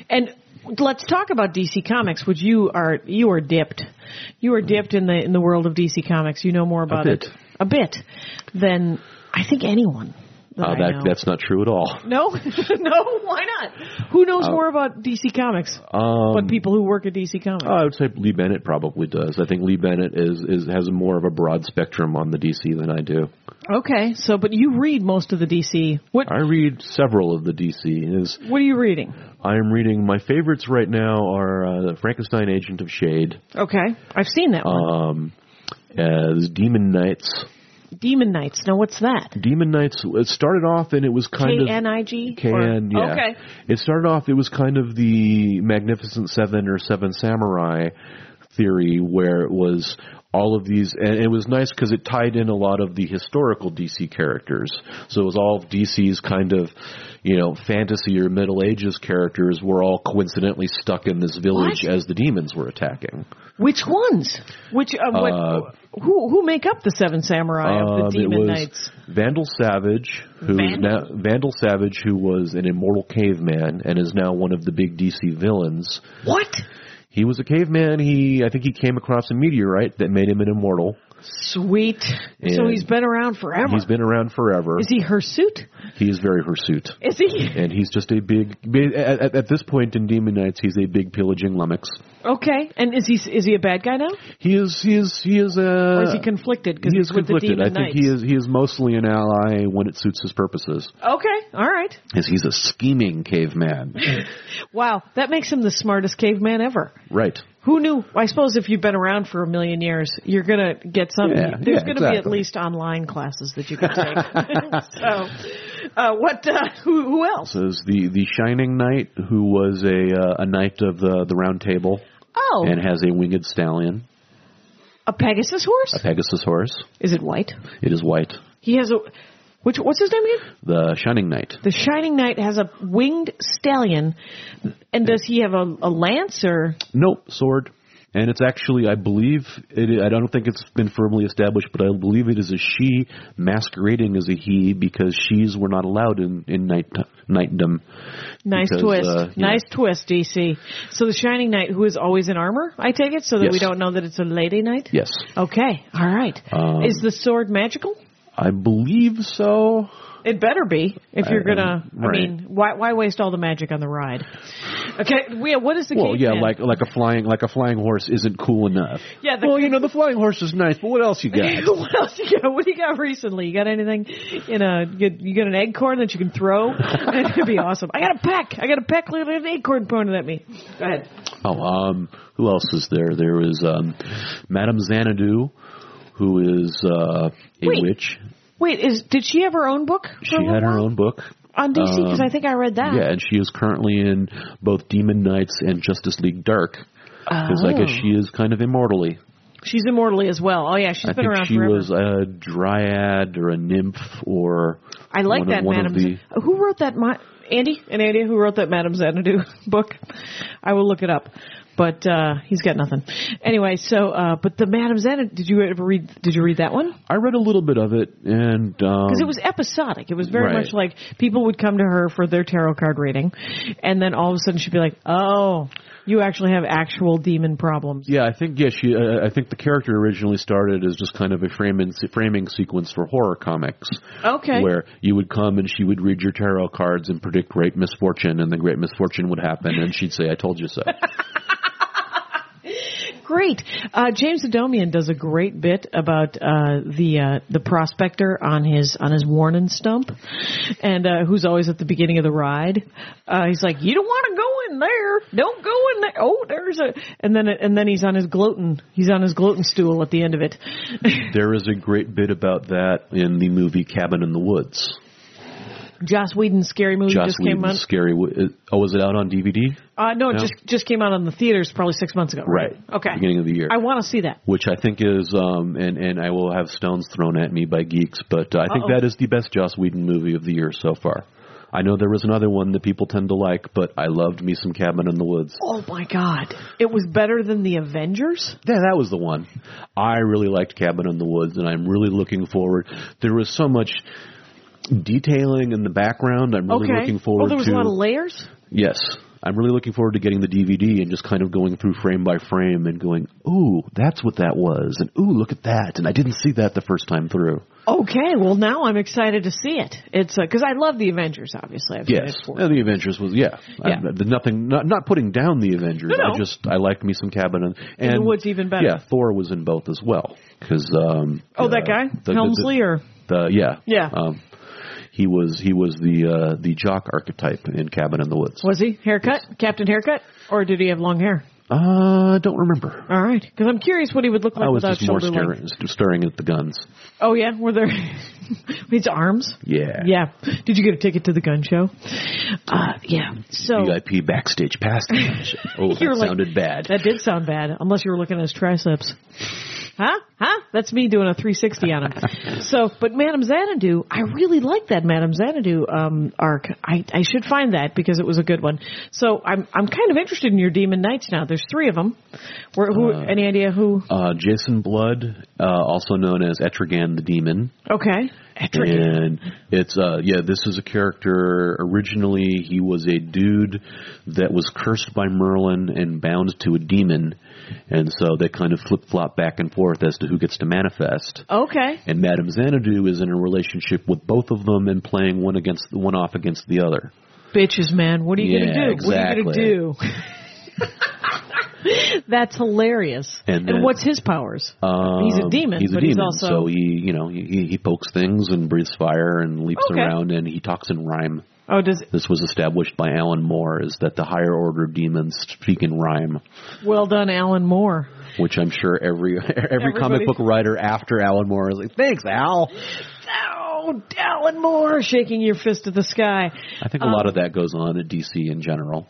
[SPEAKER 2] And let's talk about DC Comics, which you are you are dipped. You are dipped in the in the world of DC Comics. You know more about
[SPEAKER 3] bit.
[SPEAKER 2] it a bit than I think anyone. That
[SPEAKER 3] Uh,
[SPEAKER 2] I
[SPEAKER 3] that
[SPEAKER 2] know.
[SPEAKER 3] that's not true at all.
[SPEAKER 2] no, no. Why not? Who
[SPEAKER 3] Uh,
[SPEAKER 2] knows more about DC Comics?
[SPEAKER 3] um,
[SPEAKER 2] but people who work at DC Comics.
[SPEAKER 3] Uh, I would say Lee Bennett probably does. I think Lee Bennett is, is has more of a broad spectrum on the DC than I do.
[SPEAKER 2] okay. So, but you read most of the DC. What
[SPEAKER 3] I read several of the DC. Is
[SPEAKER 2] What are you reading?
[SPEAKER 3] I am reading my favorites right now are uh, Frankenstein, Agent of Shade,
[SPEAKER 2] Okay, I've seen that one.
[SPEAKER 3] um, as Demon Knights.
[SPEAKER 2] Demon Knights. Now, what's that?
[SPEAKER 3] Demon Knights. It started off and it was kind
[SPEAKER 2] K
[SPEAKER 3] of
[SPEAKER 2] N I G.
[SPEAKER 3] Can yeah.
[SPEAKER 2] Okay.
[SPEAKER 3] It started off. It was kind of the Magnificent Seven or Seven Samurai theory, where it was all of these, and it was nice because it tied in a lot of the historical DC characters. So it was all of DC's kind of, you know, fantasy or Middle Ages characters were all coincidentally stuck in this village
[SPEAKER 2] What?
[SPEAKER 3] as the demons were attacking.
[SPEAKER 2] Which ones? Which uh, what,
[SPEAKER 3] Uh,
[SPEAKER 2] who who make up the Seven Samurai
[SPEAKER 3] Um,
[SPEAKER 2] of the
[SPEAKER 3] it
[SPEAKER 2] Demon
[SPEAKER 3] was
[SPEAKER 2] Knights?
[SPEAKER 3] Vandal Savage, who is
[SPEAKER 2] Vandal?
[SPEAKER 3] now Vandal Savage, who was an immortal caveman and is now one of the big DC villains.
[SPEAKER 2] What?
[SPEAKER 3] He was a caveman. He, I think, he came across a meteorite that made him an immortal.
[SPEAKER 2] Sweet. so
[SPEAKER 3] And
[SPEAKER 2] he's been around forever.
[SPEAKER 3] He's been around forever.
[SPEAKER 2] Is he hirsute?
[SPEAKER 3] He is very hirsute,
[SPEAKER 2] Is he?
[SPEAKER 3] and he's just a big. At, at- at this point in Demon Knights, he's a big pillaging lummox.
[SPEAKER 2] Okay. And is he is he a bad guy now?
[SPEAKER 3] He is. He is. He is a.
[SPEAKER 2] Or is he conflicted because
[SPEAKER 3] Uh, he is
[SPEAKER 2] he's with the
[SPEAKER 3] conflicted.
[SPEAKER 2] Demon
[SPEAKER 3] I think
[SPEAKER 2] Knights?
[SPEAKER 3] he is. He is mostly an ally when it suits his purposes.
[SPEAKER 2] Okay. All right.
[SPEAKER 3] 'Cause he's a scheming caveman,
[SPEAKER 2] Wow. That makes him the smartest caveman ever.
[SPEAKER 3] right?
[SPEAKER 2] Who knew? I suppose if you've been around for a million years, you're gonna get some.
[SPEAKER 3] Yeah,
[SPEAKER 2] there's
[SPEAKER 3] yeah,
[SPEAKER 2] gonna be at
[SPEAKER 3] exactly.
[SPEAKER 2] least online classes that you can take. so, uh, what? Uh, who, who else?
[SPEAKER 3] Says the the Shining Knight, who was a uh, a knight of the the Round Table
[SPEAKER 2] Oh,
[SPEAKER 3] and has a winged stallion,
[SPEAKER 2] a Pegasus horse.
[SPEAKER 3] a Pegasus horse.
[SPEAKER 2] Is it white?
[SPEAKER 3] It is white.
[SPEAKER 2] He has a which what's his name again?
[SPEAKER 3] The Shining Knight.
[SPEAKER 2] The Shining Knight has a winged stallion, and does he have a, a lance or?
[SPEAKER 3] Nope, sword. And it's actually, I believe, it, I don't think it's been firmly established, but I believe it is a she masquerading as a he because she's were not allowed in in knight knightdom.
[SPEAKER 2] Nice
[SPEAKER 3] Because,
[SPEAKER 2] twist,
[SPEAKER 3] uh, yeah.
[SPEAKER 2] nice twist, DC. So the Shining Knight, who is always in armor, I take it, so that we
[SPEAKER 3] Yes.
[SPEAKER 2] don't know that it's a lady knight.
[SPEAKER 3] Yes,
[SPEAKER 2] Okay, all right.
[SPEAKER 3] Um,
[SPEAKER 2] is the sword magical?
[SPEAKER 3] I believe so.
[SPEAKER 2] It better be if you're
[SPEAKER 3] I-
[SPEAKER 2] gonna. I
[SPEAKER 3] right.
[SPEAKER 2] mean, why why waste all the magic on the ride? Okay, we, what is the
[SPEAKER 3] Well,
[SPEAKER 2] game
[SPEAKER 3] yeah,
[SPEAKER 2] plan?
[SPEAKER 3] like like a flying like a flying horse isn't cool enough.
[SPEAKER 2] Yeah, the-
[SPEAKER 3] well, you know the flying horse is nice, but what else you got?
[SPEAKER 2] what else you got? What do you got recently? You got anything? You know, you got, you got an acorn that you can throw? That'd be awesome. I got a peck. I got a peck. Look at an acorn pointed at me. Go ahead.
[SPEAKER 3] Oh, um, who else is there? There is um, Madame Xanadu, who is uh, a
[SPEAKER 2] Wait.
[SPEAKER 3] witch.
[SPEAKER 2] Wait, is did she have her own book? for a
[SPEAKER 3] She
[SPEAKER 2] little
[SPEAKER 3] had her
[SPEAKER 2] while?
[SPEAKER 3] own book.
[SPEAKER 2] on DC because
[SPEAKER 3] um,
[SPEAKER 2] I think I read that.
[SPEAKER 3] Yeah, and she is currently in both Demon Knights and Justice League Dark. Because I guess
[SPEAKER 2] Oh.
[SPEAKER 3] she is kind of immortally.
[SPEAKER 2] she's immortally as well. Oh yeah, she's
[SPEAKER 3] I
[SPEAKER 2] been
[SPEAKER 3] think
[SPEAKER 2] around
[SPEAKER 3] she
[SPEAKER 2] forever.
[SPEAKER 3] was uh, a dryad or a nymph or.
[SPEAKER 2] I like
[SPEAKER 3] one of-
[SPEAKER 2] that,
[SPEAKER 3] one
[SPEAKER 2] Madam.
[SPEAKER 3] Of the,
[SPEAKER 2] who wrote that? My, Andy and Andy, who wrote that Madam Xanadu book? I will look it up. But uh, he's got nothing. Anyway, so uh, but the Madam Xanadu. Did you ever read? Did you read that one?
[SPEAKER 3] I read a little bit of it, and um,
[SPEAKER 2] Because it was episodic. It was very
[SPEAKER 3] Right.
[SPEAKER 2] much like people would come to her for their tarot card reading, and then all of a sudden she'd be like, "Oh, you actually have actual demon problems."
[SPEAKER 3] Yeah, I think yeah, she. Uh, I think the character originally started as just kind of a framing framing sequence for horror comics.
[SPEAKER 2] Okay.
[SPEAKER 3] Where you would come and she would read your tarot cards and predict great misfortune, and the great misfortune would happen, and she'd say, "I told you so."
[SPEAKER 2] Great. Uh, James Adomian does a great bit about uh, the uh, the prospector on his on his warning stump, and uh, who's always at the beginning of the ride. Uh, he's like, "You don't want to go in there. Don't go in there. Oh, there's a." And then and then he's on his gloatin. He's on his gloatin stool at the end of it.
[SPEAKER 3] there is a great bit about that in the movie Cabin in the Woods.
[SPEAKER 2] Joss Whedon's scary movie
[SPEAKER 3] Joss
[SPEAKER 2] just came out.
[SPEAKER 3] Whedon's scary. Wo- Oh, was it out on DVD?
[SPEAKER 2] Uh, no, it
[SPEAKER 3] No.
[SPEAKER 2] just just came out on the theaters probably six months ago.
[SPEAKER 3] Right.
[SPEAKER 2] Okay.
[SPEAKER 3] Beginning of the year.
[SPEAKER 2] I want to see that.
[SPEAKER 3] Which I think is, um, and and I will have stones thrown at me by geeks, but uh, I think
[SPEAKER 2] Uh-oh.
[SPEAKER 3] that is the best Joss Whedon movie of the year so far. I know there was another one that people tend to like, but I loved me some Cabin in the Woods.
[SPEAKER 2] Oh my God! It was better than the Avengers.
[SPEAKER 3] Yeah, that was the one. I really liked Cabin in the Woods, and I'm really looking forward. There was so much detailing in the background. I'm really
[SPEAKER 2] okay.
[SPEAKER 3] looking forward
[SPEAKER 2] oh, there was
[SPEAKER 3] to.
[SPEAKER 2] a lot of layers.
[SPEAKER 3] yes, I'm really looking forward to getting the DVD and just kind of going through frame by frame and going, "Ooh, that's what that was," and "Ooh, look at that," and I didn't see that the first time through.
[SPEAKER 2] Okay, well now I'm excited to see it. It's because I love the Avengers. Obviously, I've
[SPEAKER 3] Yes,
[SPEAKER 2] seen it for.
[SPEAKER 3] and the Avengers was yeah. I-
[SPEAKER 2] Yeah.
[SPEAKER 3] there's nothing, not not putting down the Avengers.
[SPEAKER 2] No, no.
[SPEAKER 3] I just I liked me some Cabin and, and
[SPEAKER 2] the Woods even better.
[SPEAKER 3] Yeah, Thor was in both as well because um,
[SPEAKER 2] Oh,
[SPEAKER 3] uh,
[SPEAKER 2] that guy
[SPEAKER 3] the-
[SPEAKER 2] Helmsley, or
[SPEAKER 3] the, the, yeah
[SPEAKER 2] Yeah.
[SPEAKER 3] um, he was he was the uh, the jock archetype in Cabin in the Woods.
[SPEAKER 2] was he haircut Captain Haircut, or did he have long hair?
[SPEAKER 3] Uh, I don't remember.
[SPEAKER 2] All right, because I'm curious what he would look like
[SPEAKER 3] I was
[SPEAKER 2] without
[SPEAKER 3] just more
[SPEAKER 2] shoulder length.
[SPEAKER 3] staring, staring at the guns.
[SPEAKER 2] Oh yeah, were there his arms?
[SPEAKER 3] Yeah.
[SPEAKER 2] Yeah. Did you get a ticket to the gun show? Uh, yeah. So
[SPEAKER 3] VIP backstage pass. Oh, that
[SPEAKER 2] You're like-
[SPEAKER 3] sounded bad.
[SPEAKER 2] that did sound bad, unless you were looking at his triceps. Huh? Huh? That's me doing a 360 on him. so, but Madame Xanadu, I really like that Madame Xanadu um, arc. I, I should find that because it was a good one. So I'm I'm kind of interested in your Demon Knights now. There's three of them. Where, who, any idea who?
[SPEAKER 3] Uh, Jason Blood, uh, also known as Etrigan the Demon.
[SPEAKER 2] Okay.
[SPEAKER 3] and it's uh yeah this is a character originally he was a dude that was cursed by merlin and bound to a demon and so they kind of flip-flop back and forth as to who gets to manifest
[SPEAKER 2] Okay.
[SPEAKER 3] and madame xanadu is in a relationship with both of them and playing one against one off against the other
[SPEAKER 2] Bitches, man. What are you
[SPEAKER 3] Yeah,
[SPEAKER 2] gonna do? What are
[SPEAKER 3] exactly.
[SPEAKER 2] you gonna do? That's hilarious.
[SPEAKER 3] And then-
[SPEAKER 2] what's his powers?
[SPEAKER 3] um,
[SPEAKER 2] he's a demon,
[SPEAKER 3] he's a
[SPEAKER 2] but
[SPEAKER 3] demon
[SPEAKER 2] he's also
[SPEAKER 3] so he you know he- he, he pokes things and breathes fire and leaps
[SPEAKER 2] Okay.
[SPEAKER 3] around and he talks in rhyme
[SPEAKER 2] oh does
[SPEAKER 3] this was established by Alan Moore, is that the higher order demons speak in rhyme.
[SPEAKER 2] well done, Alan Moore.
[SPEAKER 3] which I'm sure every every
[SPEAKER 2] Everybody-
[SPEAKER 3] comic book writer after Alan Moore is like, thanks, Al.
[SPEAKER 2] Oh, Alan Moore shaking your fist at the sky.
[SPEAKER 3] I think a lot of
[SPEAKER 2] Um,
[SPEAKER 3] that goes on at DC in general.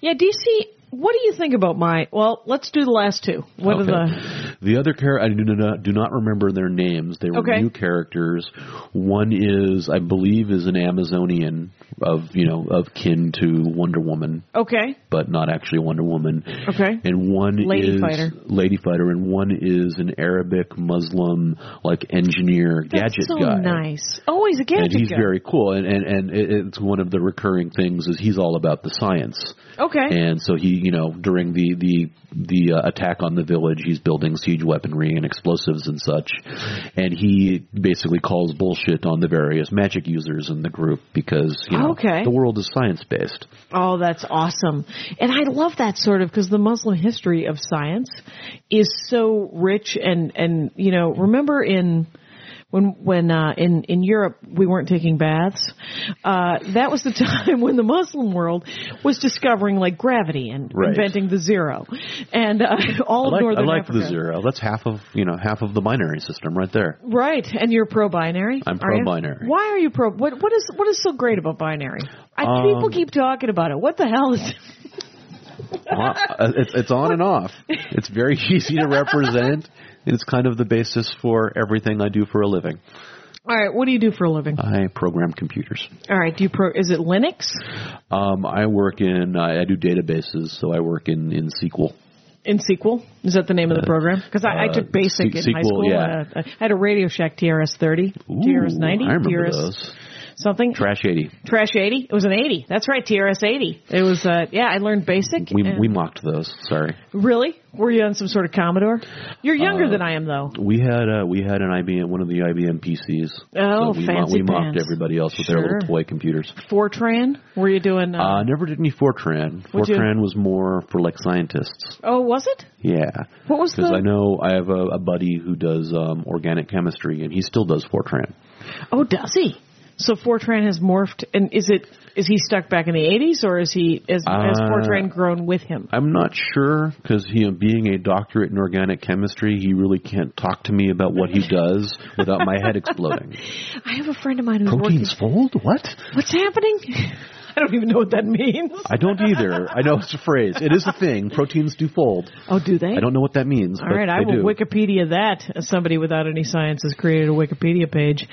[SPEAKER 2] Yeah, DC. What do you think about my? Well, let's do the last two. What
[SPEAKER 3] Okay.
[SPEAKER 2] are the?
[SPEAKER 3] the other character? I do not do not remember their names. They were
[SPEAKER 2] Okay.
[SPEAKER 3] new characters. One is, I believe, is an Amazonian of you know of kin to Wonder Woman,
[SPEAKER 2] Okay,
[SPEAKER 3] but not actually Wonder Woman.
[SPEAKER 2] Okay.
[SPEAKER 3] And one
[SPEAKER 2] Lady
[SPEAKER 3] is
[SPEAKER 2] Fighter.
[SPEAKER 3] Lady Fighter, and one is an Arabic Muslim like engineer
[SPEAKER 2] that's
[SPEAKER 3] gadget
[SPEAKER 2] so
[SPEAKER 3] guy.
[SPEAKER 2] nice. Always a gadget
[SPEAKER 3] and he's
[SPEAKER 2] guy.
[SPEAKER 3] very cool and and and it- it's one of the recurring things is he's all about the science
[SPEAKER 2] okay.
[SPEAKER 3] and so he you know during the the the uh, attack on the village he's building siege siege weaponry and explosives and such. And he basically calls bullshit on the various magic users in the group because you know
[SPEAKER 2] Okay.
[SPEAKER 3] the world is science based.
[SPEAKER 2] Oh, that's awesome. And I love that sort of because the Muslim history of science is so rich and, and, you know, remember in, when, when, uh, in, in Europe we weren't taking baths, uh, that was the time when the Muslim world was discovering like gravity and
[SPEAKER 3] Right.
[SPEAKER 2] inventing the zero. And, uh, all
[SPEAKER 3] I
[SPEAKER 2] of
[SPEAKER 3] like, I
[SPEAKER 2] Northern
[SPEAKER 3] like
[SPEAKER 2] Africa.
[SPEAKER 3] the zero. That's half of you know half of the binary system right there.
[SPEAKER 2] Right. And you're pro binary?
[SPEAKER 3] I'm
[SPEAKER 2] are you?
[SPEAKER 3] pro-binary.
[SPEAKER 2] Why are you pro, what, what is, what is so great about binary? I,
[SPEAKER 3] Um,
[SPEAKER 2] people keep talking about it. What the hell is
[SPEAKER 3] Uh, it's, it's on and off. It's very easy to represent. It's kind of the basis for everything I do for a living.
[SPEAKER 2] All right, what do you do for a living?
[SPEAKER 3] I program computers.
[SPEAKER 2] All right, do you pro? Is it Linux
[SPEAKER 3] Um, I work in I, I do databases, so I work in in SQL.
[SPEAKER 2] in SQL? Is that the name of the program? Because I, I
[SPEAKER 3] uh,
[SPEAKER 2] took basic
[SPEAKER 3] S-
[SPEAKER 2] in high
[SPEAKER 3] SQL,
[SPEAKER 2] school.
[SPEAKER 3] yeah.
[SPEAKER 2] Uh, I had a Radio Shack TRS thirty, TRS ninety,
[SPEAKER 3] I remember
[SPEAKER 2] TRS
[SPEAKER 3] those.
[SPEAKER 2] something,
[SPEAKER 3] Trash eighty.
[SPEAKER 2] Trash eighty. It was an eighty. That's right, TRS eighty. It was. Uh, yeah, I learned basic.
[SPEAKER 3] We
[SPEAKER 2] and-
[SPEAKER 3] we mocked those. Sorry.
[SPEAKER 2] really were you on some sort of Commodore? You're younger
[SPEAKER 3] Uh,
[SPEAKER 2] than I am, though.
[SPEAKER 3] We had uh, we had an IBM one of the IBM PCs.
[SPEAKER 2] Oh,
[SPEAKER 3] so we,
[SPEAKER 2] fancy
[SPEAKER 3] we mocked
[SPEAKER 2] pants.
[SPEAKER 3] everybody else with their
[SPEAKER 2] Sure.
[SPEAKER 3] little toy computers.
[SPEAKER 2] Fortran. Were you doing? Uh,
[SPEAKER 3] Uh, never did any Fortran.
[SPEAKER 2] Would you-
[SPEAKER 3] Fortran was more for like scientists.
[SPEAKER 2] oh, was it?
[SPEAKER 3] Yeah.
[SPEAKER 2] What was
[SPEAKER 3] Because
[SPEAKER 2] the-
[SPEAKER 3] I know I have a, a buddy who does um, organic chemistry, and he still does Fortran.
[SPEAKER 2] Oh, does he? So Fortran has morphed, and is it is he stuck back in the '80s, or is he is, has
[SPEAKER 3] Uh,
[SPEAKER 2] Fortran grown with him?
[SPEAKER 3] I'm not sure because you know, being a doctorate in organic chemistry, he really can't talk to me about what he does without my head exploding.
[SPEAKER 2] I have a friend of mine who's working.
[SPEAKER 3] Proteins fold? What?
[SPEAKER 2] What's happening? I don't even know what that means.
[SPEAKER 3] I don't either. I know it's a phrase. It is a thing. Proteins do fold.
[SPEAKER 2] Oh, do they?
[SPEAKER 3] I don't know what that means.
[SPEAKER 2] All
[SPEAKER 3] but
[SPEAKER 2] right, I
[SPEAKER 3] they
[SPEAKER 2] will
[SPEAKER 3] do.
[SPEAKER 2] Wikipedia that. As somebody without any science has created a Wikipedia page.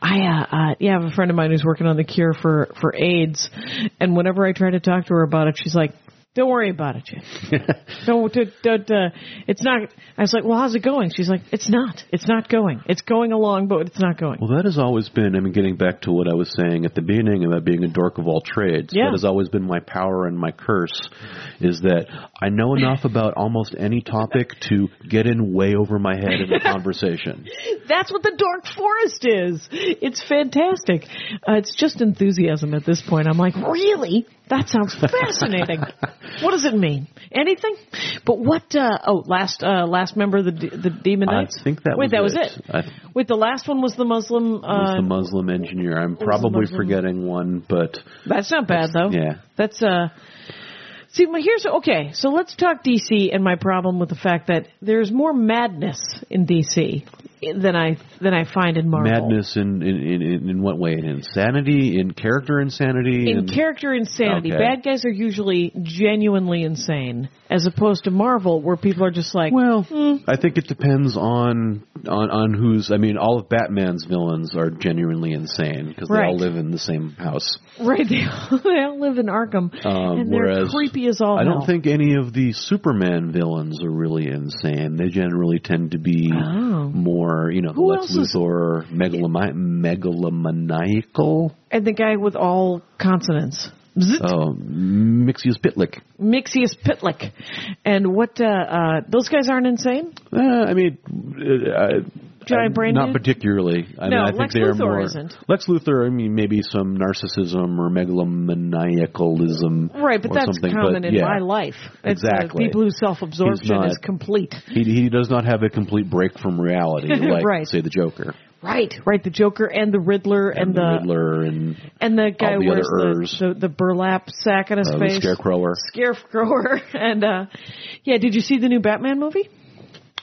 [SPEAKER 2] I uh, uh, yeah, I have a friend of mine who's working on the cure for for AIDS, and whenever I try to talk to her about it, she's like. Don't worry about it, Jim. don't, don't, don't, uh, it's not, I was like, well, how's it going? She's like, it's not. It's not going. It's going along, but it's not going.
[SPEAKER 3] Well, that has always been, I mean, getting back to what I was saying at the beginning about being a dork of all trades,
[SPEAKER 2] Yeah.
[SPEAKER 3] that has always been my power and my curse is that I know enough about almost any topic to get in way over my head in the conversation.
[SPEAKER 2] That's what the dark forest is. It's fantastic. Uh, it's just enthusiasm at this point. I'm like, really? That sounds fascinating. what does it mean? Anything? But what? Uh, oh, last uh, last member of the D- the demon
[SPEAKER 3] I
[SPEAKER 2] knights.
[SPEAKER 3] think that
[SPEAKER 2] Wait,
[SPEAKER 3] was
[SPEAKER 2] that was
[SPEAKER 3] it.
[SPEAKER 2] it.
[SPEAKER 3] I-
[SPEAKER 2] Wait, the last one was the Muslim.
[SPEAKER 3] was
[SPEAKER 2] Uh,
[SPEAKER 3] the Muslim engineer. I'm probably
[SPEAKER 2] Muslim?
[SPEAKER 3] forgetting one, but
[SPEAKER 2] that's not bad though.
[SPEAKER 3] yeah.
[SPEAKER 2] That's uh. See, my, here's okay. So let's talk DC and my problem with the fact that there's more madness in DC than I than I find in Marvel.
[SPEAKER 3] madness in, in, in, in- in what way? In insanity? In character insanity?
[SPEAKER 2] in
[SPEAKER 3] and-
[SPEAKER 2] character insanity,
[SPEAKER 3] Okay.
[SPEAKER 2] bad guys are usually genuinely insane, as opposed to Marvel, where people are just like,
[SPEAKER 3] Well, I think it depends on on on who's. I mean, all of Batman's villains are genuinely insane because they all
[SPEAKER 2] Right.
[SPEAKER 3] live in the same house.
[SPEAKER 2] right, they all, they all live in Arkham,
[SPEAKER 3] Um,
[SPEAKER 2] and they're
[SPEAKER 3] whereas
[SPEAKER 2] creepy as all
[SPEAKER 3] I
[SPEAKER 2] hell.
[SPEAKER 3] don't think any of the Superman villains are really insane. They generally tend to be
[SPEAKER 2] Oh.
[SPEAKER 3] more, you know,
[SPEAKER 2] Who
[SPEAKER 3] Lex
[SPEAKER 2] else is-
[SPEAKER 3] Luthor, megalomani- megalomaniacal.
[SPEAKER 2] And the guy with all consonants. Zzzt,
[SPEAKER 3] Oh, Mixius Pitlick.
[SPEAKER 2] Mixius Pitlick. And what, uh, uh, those guys aren't insane?
[SPEAKER 3] Uh, I mean, uh, I-
[SPEAKER 2] Giant
[SPEAKER 3] I-
[SPEAKER 2] brain
[SPEAKER 3] Not
[SPEAKER 2] dude?
[SPEAKER 3] particularly. I
[SPEAKER 2] No,
[SPEAKER 3] mean, I think
[SPEAKER 2] Lex
[SPEAKER 3] they are
[SPEAKER 2] Luthor
[SPEAKER 3] more.
[SPEAKER 2] isn't.
[SPEAKER 3] Lex Luthor, I mean, maybe some narcissism or megalomaniacalism.
[SPEAKER 2] Right, but
[SPEAKER 3] or
[SPEAKER 2] that's
[SPEAKER 3] something,
[SPEAKER 2] common
[SPEAKER 3] but,
[SPEAKER 2] in
[SPEAKER 3] yeah.
[SPEAKER 2] my life. It's, uh,
[SPEAKER 3] Exactly.
[SPEAKER 2] people whose self-absorption
[SPEAKER 3] He's not-
[SPEAKER 2] is complete.
[SPEAKER 3] He, he does not have a complete break from reality, like
[SPEAKER 2] Right.
[SPEAKER 3] say the Joker
[SPEAKER 2] Right, right. The Joker and the Riddler and,
[SPEAKER 3] and, the Riddler and
[SPEAKER 2] and the guy
[SPEAKER 3] the
[SPEAKER 2] who wears
[SPEAKER 3] other Urs.
[SPEAKER 2] the, the, the burlap sack on his
[SPEAKER 3] uh, the
[SPEAKER 2] face.
[SPEAKER 3] Scarecrower.
[SPEAKER 2] scarecrower and uh yeah did you see the new batman movie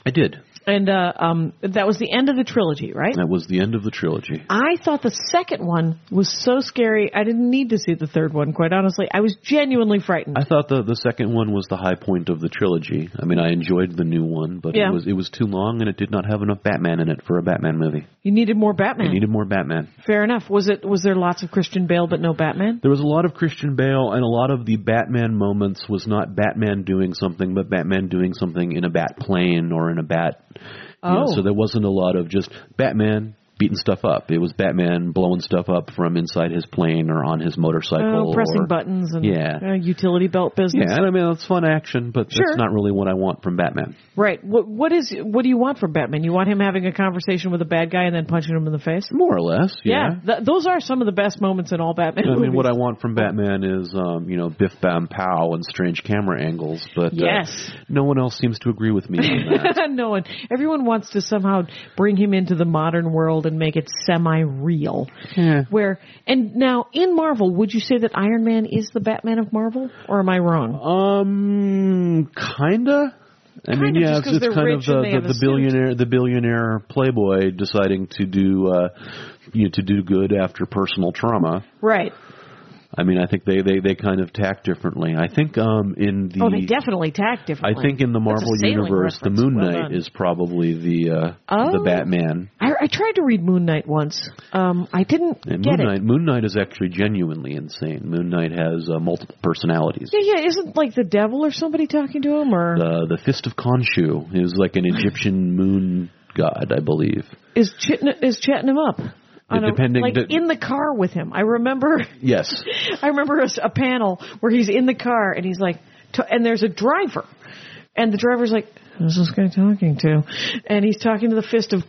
[SPEAKER 3] I did.
[SPEAKER 2] and uh um that was the end of the trilogy right
[SPEAKER 3] That was the end of the trilogy.
[SPEAKER 2] i thought the second one was so scary i didn't need to see the third one quite honestly i was genuinely frightened
[SPEAKER 3] I thought the the second one was the high point of the trilogy. I mean, I enjoyed the new one, but
[SPEAKER 2] Yeah.
[SPEAKER 3] it was it was too long and it did not have enough Batman in it for a Batman movie.
[SPEAKER 2] you needed more batman
[SPEAKER 3] It needed more Batman.
[SPEAKER 2] fair enough was it was there lots of christian bale but no batman
[SPEAKER 3] There was a lot of Christian Bale, and a lot of the Batman moments was not Batman doing something, but Batman doing something in a bat plane or in a bat. you know,
[SPEAKER 2] Oh.
[SPEAKER 3] so there wasn't a lot of just Batman beating stuff up. It was Batman blowing stuff up from inside his plane or on his motorcycle.
[SPEAKER 2] Oh, pressing
[SPEAKER 3] or,
[SPEAKER 2] buttons and
[SPEAKER 3] Yeah.
[SPEAKER 2] uh, utility belt business.
[SPEAKER 3] Yeah, and I mean that's fun action, but
[SPEAKER 2] Sure.
[SPEAKER 3] that's not really what I want from Batman.
[SPEAKER 2] Right. What what is what do you want from Batman? You want him having a conversation with a bad guy and then punching him in the face?
[SPEAKER 3] More or less, yeah.
[SPEAKER 2] Th- those are some of the best moments in all Batman
[SPEAKER 3] I mean,
[SPEAKER 2] movies.
[SPEAKER 3] what I want from Batman is, um, you know, Biff Bam Pow and strange camera angles, but
[SPEAKER 2] Yes.
[SPEAKER 3] uh, no one else seems to agree with me on that.
[SPEAKER 2] no one. Everyone wants to somehow bring him into the modern world and make it semi-real.
[SPEAKER 3] Yeah.
[SPEAKER 2] Where and now in Marvel, would you say that Iron Man is the Batman of Marvel, or am I
[SPEAKER 3] Uh,
[SPEAKER 2] wrong?
[SPEAKER 3] Um, kinda. I mean,
[SPEAKER 2] Kinda,
[SPEAKER 3] yeah,
[SPEAKER 2] just
[SPEAKER 3] it's,
[SPEAKER 2] 'cause
[SPEAKER 3] it's
[SPEAKER 2] they're
[SPEAKER 3] kind of
[SPEAKER 2] rich and they
[SPEAKER 3] the,
[SPEAKER 2] have a
[SPEAKER 3] the, the
[SPEAKER 2] suit.
[SPEAKER 3] billionaire, the billionaire playboy deciding to do, uh, you know, to do good after personal trauma.
[SPEAKER 2] right.
[SPEAKER 3] I mean, I think they they they kind of tack differently. I think um in the
[SPEAKER 2] Oh, they definitely tack
[SPEAKER 3] I
[SPEAKER 2] differently.
[SPEAKER 3] think in the
[SPEAKER 2] That's a
[SPEAKER 3] Marvel
[SPEAKER 2] sailing
[SPEAKER 3] universe, the
[SPEAKER 2] reference.
[SPEAKER 3] Moon
[SPEAKER 2] Well
[SPEAKER 3] Knight
[SPEAKER 2] done.
[SPEAKER 3] is probably the uh, the
[SPEAKER 2] Oh.
[SPEAKER 3] Batman.
[SPEAKER 2] I, I tried to read Moon Knight once. Um, I didn't
[SPEAKER 3] And
[SPEAKER 2] get
[SPEAKER 3] Moon
[SPEAKER 2] it.
[SPEAKER 3] Knight, Moon Knight is actually genuinely insane. Moon Knight has uh, multiple personalities.
[SPEAKER 2] Yeah, yeah. Isn't like the devil or somebody talking to him, or
[SPEAKER 3] The the Fist of Khonshu is like an Egyptian moon god, I believe.
[SPEAKER 2] is chitting is chatting him up? On a-
[SPEAKER 3] depending-
[SPEAKER 2] like
[SPEAKER 3] de-
[SPEAKER 2] in the car with him. I remember,
[SPEAKER 3] Yes,
[SPEAKER 2] I remember a, s- a panel where he's in the car and he's like, t- and there's a driver, and the driver's like, who's this guy talking to? And he's talking to the fist of.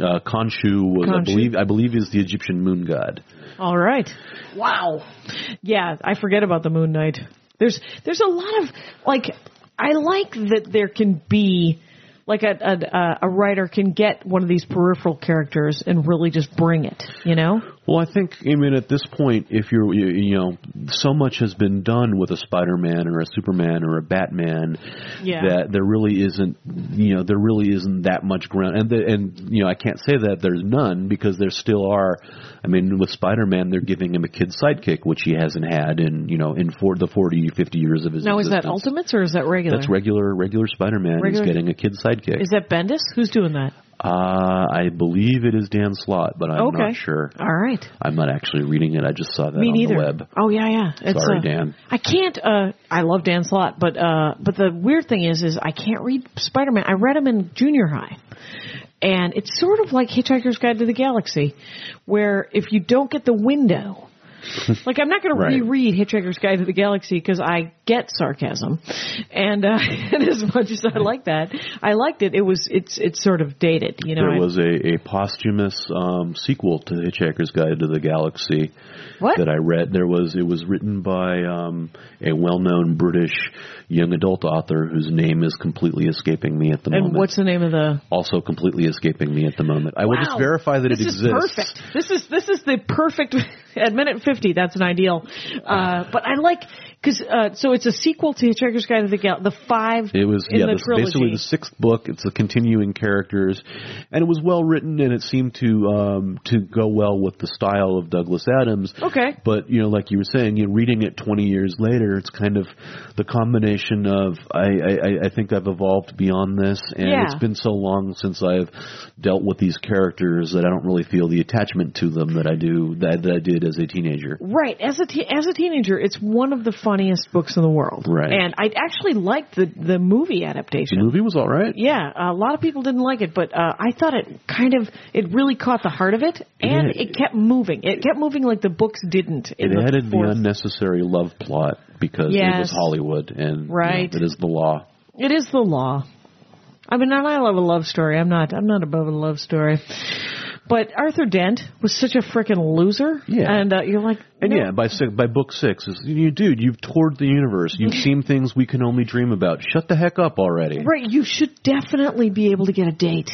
[SPEAKER 3] uh, Khonshu was I
[SPEAKER 2] Khonshu.
[SPEAKER 3] believe I believe is the Egyptian moon god.
[SPEAKER 2] All right. Wow. Yeah, I forget about the Moon Knight. There's there's a lot of like I like that there can be like a a, a writer can get one of these peripheral characters and really just bring it, you know?
[SPEAKER 3] Well, I think I mean at this point, if you're you, you know, so much has been done with a Spider-Man or a Superman or a Batman
[SPEAKER 2] Yeah.
[SPEAKER 3] that there really isn't you know there really isn't that much ground and the, and you know I can't say that there's none because there still are. I mean, with Spider-Man, they're giving him a kid sidekick, which he hasn't had in you know in for the 40, 50 years of his.
[SPEAKER 2] Now is that
[SPEAKER 3] existence.
[SPEAKER 2] Ultimates or is that regular?
[SPEAKER 3] That's regular regular Spider-Man.
[SPEAKER 2] Regular-
[SPEAKER 3] He's getting a kid sidekick.
[SPEAKER 2] Is that Bendis? Who's doing that?
[SPEAKER 3] uh, I believe it is Dan Slott, but I'm
[SPEAKER 2] okay.
[SPEAKER 3] not sure.
[SPEAKER 2] All right.
[SPEAKER 3] I'm not actually reading it. I just saw that
[SPEAKER 2] Me
[SPEAKER 3] on
[SPEAKER 2] neither.
[SPEAKER 3] the web.
[SPEAKER 2] Oh yeah, yeah. It's,
[SPEAKER 3] Sorry,
[SPEAKER 2] uh,
[SPEAKER 3] Dan.
[SPEAKER 2] I can't. Uh, I love Dan Slott, but uh, but the weird thing is, is I can't read Spider Man. I read him in junior high, and it's sort of like Hitchhiker's Guide to the Galaxy, where if you don't get the window. Like I'm not going
[SPEAKER 3] Right.
[SPEAKER 2] to reread Hitchhiker's Guide to the Galaxy because I get sarcasm, and, uh, and as much as I like that, I liked it. It was it's it's sort of dated, you know.
[SPEAKER 3] There
[SPEAKER 2] I-
[SPEAKER 3] was a, a posthumous um, sequel to Hitchhiker's Guide to the Galaxy
[SPEAKER 2] What?
[SPEAKER 3] that I read. There was it was written by um, a well-known British young adult author whose name is completely escaping me at the
[SPEAKER 2] and
[SPEAKER 3] moment.
[SPEAKER 2] what's the name of the
[SPEAKER 3] also completely escaping me at the moment. I will just
[SPEAKER 2] Wow.
[SPEAKER 3] verify that
[SPEAKER 2] this
[SPEAKER 3] it
[SPEAKER 2] is
[SPEAKER 3] exists.
[SPEAKER 2] Perfect. This is this is the perfect at minute fifty. That's an ideal. Uh, but I like because uh, so it's a sequel to Hitchhiker's Guide to the Gal. The five.
[SPEAKER 3] It was
[SPEAKER 2] in
[SPEAKER 3] yeah,
[SPEAKER 2] the
[SPEAKER 3] this,
[SPEAKER 2] trilogy.
[SPEAKER 3] basically the sixth book. It's the continuing characters, and it was well written, and it seemed to um, to go well with the style of Douglas Adams.
[SPEAKER 2] Okay.
[SPEAKER 3] but you know, like you were saying, you know, reading it twenty years later, it's kind of the combination of I I, I- I think I've evolved beyond this, and
[SPEAKER 2] Yeah.
[SPEAKER 3] it's been so long since I've dealt with these characters that I don't really feel the attachment to them that I do that, that I did as a teenager.
[SPEAKER 2] Right, as a te- as a teenager, it's one of the funniest books in the world.
[SPEAKER 3] Right.
[SPEAKER 2] and I actually liked the the movie
[SPEAKER 3] The
[SPEAKER 2] adaptation.
[SPEAKER 3] movie was all right.
[SPEAKER 2] Yeah, a lot of people didn't like it, but uh, I thought it kind of it really caught the heart of it, and
[SPEAKER 3] Yeah.
[SPEAKER 2] it kept moving. It kept moving like the books didn't. In
[SPEAKER 3] It
[SPEAKER 2] the
[SPEAKER 3] added the
[SPEAKER 2] fourth.
[SPEAKER 3] unnecessary love plot because it was
[SPEAKER 2] Yes.
[SPEAKER 3] Hollywood and you know,
[SPEAKER 2] Right.
[SPEAKER 3] it is the law.
[SPEAKER 2] It is the law. I mean, and I love a love story. I'm not. I'm not above a love story. But Arthur Dent was such a freaking loser.
[SPEAKER 3] Yeah.
[SPEAKER 2] And uh, you're like,
[SPEAKER 3] And
[SPEAKER 2] no.
[SPEAKER 3] yeah, by six, by book six, is you dude, you've toured the universe. You've seen things we can only dream about. Shut the heck up already.
[SPEAKER 2] Right, you should definitely be able to get a date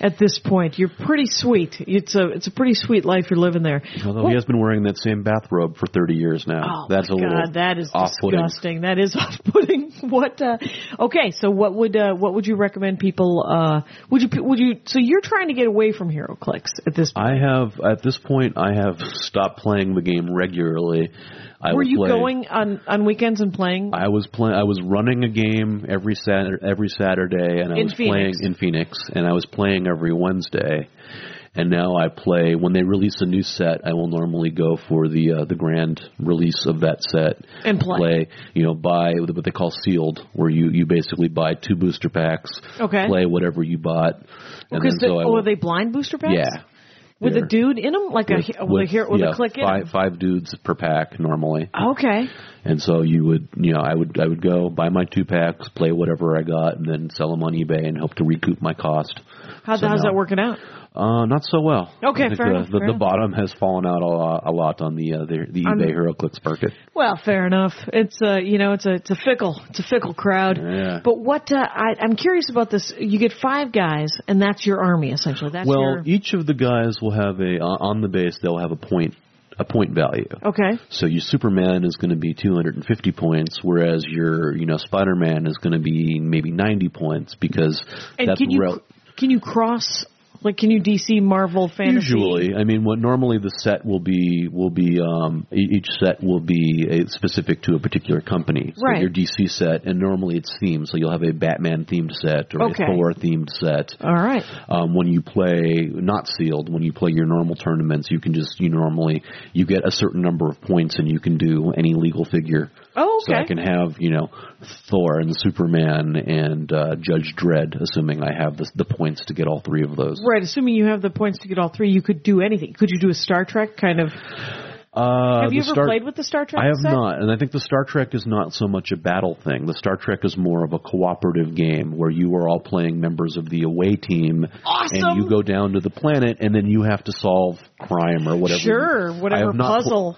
[SPEAKER 2] at this point. You're pretty sweet. It's a it's a pretty sweet life you're living there.
[SPEAKER 3] Although
[SPEAKER 2] Well,
[SPEAKER 3] he has been wearing that same bathrobe for thirty years now.
[SPEAKER 2] Oh
[SPEAKER 3] That's
[SPEAKER 2] my
[SPEAKER 3] a little
[SPEAKER 2] God, that is
[SPEAKER 3] off-putting.
[SPEAKER 2] disgusting. That is off-putting. What? Uh, okay, so what would uh, what would you recommend people? Uh, would you would you? So you're trying to get away from HeroClix at this point.
[SPEAKER 3] I have at this point I have stopped playing the game regularly. I
[SPEAKER 2] Were
[SPEAKER 3] would
[SPEAKER 2] you
[SPEAKER 3] play-
[SPEAKER 2] going on on weekends and playing?
[SPEAKER 3] I was playing. I was running a game every Saturday, every Saturday, and I
[SPEAKER 2] In
[SPEAKER 3] was playing
[SPEAKER 2] Phoenix.
[SPEAKER 3] in Phoenix, and I was playing every Wednesday. And now I play when they release a new set. I will normally go for the uh, the grand release of that set
[SPEAKER 2] And play.
[SPEAKER 3] you know, buy what they call sealed, where you you basically buy two booster packs,
[SPEAKER 2] Okay.
[SPEAKER 3] play whatever you bought, and
[SPEAKER 2] Because
[SPEAKER 3] then
[SPEAKER 2] the,
[SPEAKER 3] so I
[SPEAKER 2] oh,
[SPEAKER 3] will-
[SPEAKER 2] are they blind booster packs?
[SPEAKER 3] yeah.
[SPEAKER 2] with
[SPEAKER 3] there.
[SPEAKER 2] a dude in them, like
[SPEAKER 3] With-
[SPEAKER 2] a with, a hero with
[SPEAKER 3] yeah,
[SPEAKER 2] a click in. 'em?
[SPEAKER 3] five five dudes per pack normally.
[SPEAKER 2] Okay,
[SPEAKER 3] And so you would, you know, I would, I would go buy my two packs, play whatever I got, and then sell them on eBay and hope to recoup my cost.
[SPEAKER 2] How,
[SPEAKER 3] So
[SPEAKER 2] how's
[SPEAKER 3] no.
[SPEAKER 2] that working out?
[SPEAKER 3] Uh, not so well.
[SPEAKER 2] Okay,
[SPEAKER 3] I think
[SPEAKER 2] fair
[SPEAKER 3] the,
[SPEAKER 2] enough,
[SPEAKER 3] The,
[SPEAKER 2] fair
[SPEAKER 3] the
[SPEAKER 2] enough.
[SPEAKER 3] bottom has fallen out a lot, a lot on the uh, the, the
[SPEAKER 2] I'm-
[SPEAKER 3] eBay HeroClix market.
[SPEAKER 2] Well, fair enough. It's a you know it's a it's a fickle it's a fickle crowd.
[SPEAKER 3] Yeah.
[SPEAKER 2] But what uh, I, I'm curious about this, you get five guys, and that's your army essentially. That's
[SPEAKER 3] Well,
[SPEAKER 2] your
[SPEAKER 3] each of the guys will have a on on the base. They'll have a point, a point value.
[SPEAKER 2] okay.
[SPEAKER 3] So your Superman is going to be 250 points, whereas your you know Spider Man is going to be maybe 90 points because
[SPEAKER 2] And
[SPEAKER 3] that's
[SPEAKER 2] can you
[SPEAKER 3] rel-
[SPEAKER 2] can you cross like can you DC Marvel fantasy?
[SPEAKER 3] Usually, I mean, what normally the set will be will be um, e- each set will be a, specific to a particular company. So
[SPEAKER 2] Right.
[SPEAKER 3] Your DC set, and normally it's themed, so you'll have a Batman themed set or
[SPEAKER 2] Okay.
[SPEAKER 3] a Thor themed set.
[SPEAKER 2] All right.
[SPEAKER 3] Um, when you play not sealed, when you play your normal tournaments, you can just you normally you get a certain number of points, and you can do any legal figure.
[SPEAKER 2] Oh,
[SPEAKER 3] So I
[SPEAKER 2] okay.
[SPEAKER 3] can have you know Thor and Superman and uh, Judge Dredd, assuming I have the, the points to get all three of those.
[SPEAKER 2] Right, assuming you have the points to get all three, you could do anything. Could you do a Star Trek kind of?
[SPEAKER 3] Uh,
[SPEAKER 2] Have you
[SPEAKER 3] the
[SPEAKER 2] ever
[SPEAKER 3] Star-
[SPEAKER 2] played with the Star Trek?
[SPEAKER 3] I have
[SPEAKER 2] set?
[SPEAKER 3] not, and I think the Star Trek is not so much a battle thing. The Star Trek is more of a cooperative game where you are all playing members of the away team,
[SPEAKER 2] Awesome.
[SPEAKER 3] and you go down to the planet, and then you have to solve crime or whatever.
[SPEAKER 2] Sure,
[SPEAKER 3] I
[SPEAKER 2] whatever
[SPEAKER 3] have not pl-
[SPEAKER 2] puzzle.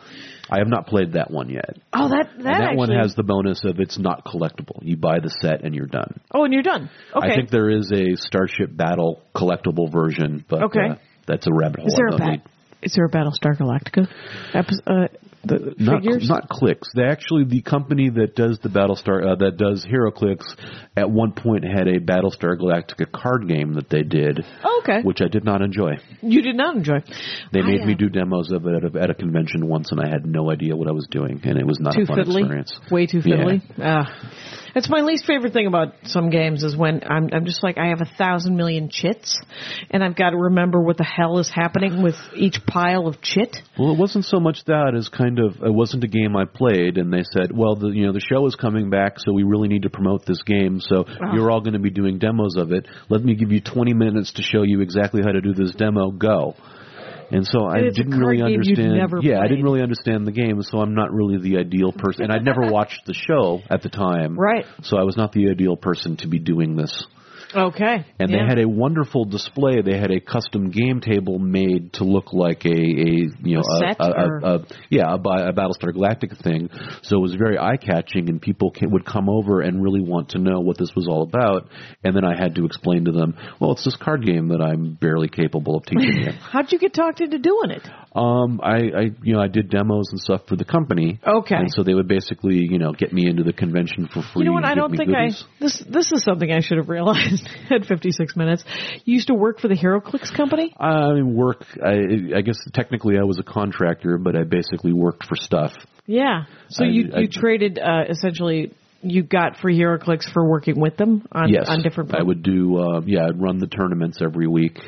[SPEAKER 3] I have not played that one yet.
[SPEAKER 2] oh, that that,
[SPEAKER 3] and that
[SPEAKER 2] actually.
[SPEAKER 3] one has the bonus of it's not collectible. You buy the set and you're done.
[SPEAKER 2] oh, and you're done. Okay.
[SPEAKER 3] I think there is a Starship Battle collectible version, but
[SPEAKER 2] Okay.
[SPEAKER 3] uh, that's a rabbit hole.
[SPEAKER 2] Is there
[SPEAKER 3] I
[SPEAKER 2] a
[SPEAKER 3] don't
[SPEAKER 2] bat?
[SPEAKER 3] need-
[SPEAKER 2] Is there a Battlestar Galactica? Epi- uh, the
[SPEAKER 3] not,
[SPEAKER 2] figures?
[SPEAKER 3] not clicks. They actually the company that does the Battlestar uh, that does HeroClix at one point had a Battlestar Galactica card game that they did,
[SPEAKER 2] Oh, okay.
[SPEAKER 3] which I did not enjoy.
[SPEAKER 2] you did not enjoy.
[SPEAKER 3] They
[SPEAKER 2] I,
[SPEAKER 3] made me
[SPEAKER 2] uh,
[SPEAKER 3] do demos of it at a, at a convention once, and I had no idea what I was doing, and it was not
[SPEAKER 2] Too
[SPEAKER 3] a fun
[SPEAKER 2] fiddly.
[SPEAKER 3] experience.
[SPEAKER 2] Way too
[SPEAKER 3] Yeah.
[SPEAKER 2] fiddly. Ah. that's my least favorite thing about some games is when I'm I'm just like I have a thousand million chits, and I've got to remember what the hell is happening with each pile of chit.
[SPEAKER 3] Well, it wasn't so much that as kind of it wasn't a game I played, and they said, well, the you know the show is coming back, so we really need to promote this game, so
[SPEAKER 2] Oh.
[SPEAKER 3] you're all going to be doing demos of it. Let me give you 20 minutes to show you exactly how to do this demo. Go. And so I
[SPEAKER 2] And it's a
[SPEAKER 3] didn't
[SPEAKER 2] card
[SPEAKER 3] really
[SPEAKER 2] game you'd
[SPEAKER 3] understand.
[SPEAKER 2] never
[SPEAKER 3] yeah, I didn't
[SPEAKER 2] played.
[SPEAKER 3] really understand the game, so I'm not really the ideal person. And I'd never watched the show at the time,
[SPEAKER 2] Right.
[SPEAKER 3] So I was not the ideal person to be doing this.
[SPEAKER 2] Okay.
[SPEAKER 3] And they had a wonderful display. They had a custom game table made to look like a, a you know
[SPEAKER 2] A set
[SPEAKER 3] a,
[SPEAKER 2] or-
[SPEAKER 3] a, yeah a, Bi- a Battlestar Galactica thing. So it was very eye catching, and people ca would come over and really want to know what this was all about. And then I had to explain to them, well, it's this card game that I'm barely capable of teaching you.
[SPEAKER 2] How'd you get talked into doing it?
[SPEAKER 3] Um, I, I, you know, I did demos and stuff for the company.
[SPEAKER 2] Okay.
[SPEAKER 3] And so they would basically, you know, get me into the convention for free.
[SPEAKER 2] You know what? I
[SPEAKER 3] give
[SPEAKER 2] don't
[SPEAKER 3] me
[SPEAKER 2] think
[SPEAKER 3] goodies.
[SPEAKER 2] I this this is something I should have realized at 56 minutes. You used to work for the HeroClix company.
[SPEAKER 3] I mean, work. I, I guess technically I was a contractor, but I basically worked for stuff.
[SPEAKER 2] Yeah. So
[SPEAKER 3] I-
[SPEAKER 2] you
[SPEAKER 3] I-
[SPEAKER 2] you traded uh, essentially you got free HeroClix for working with them on
[SPEAKER 3] Yes,
[SPEAKER 2] on different.
[SPEAKER 3] I would do. Uh, yeah, I'd run the tournaments every week,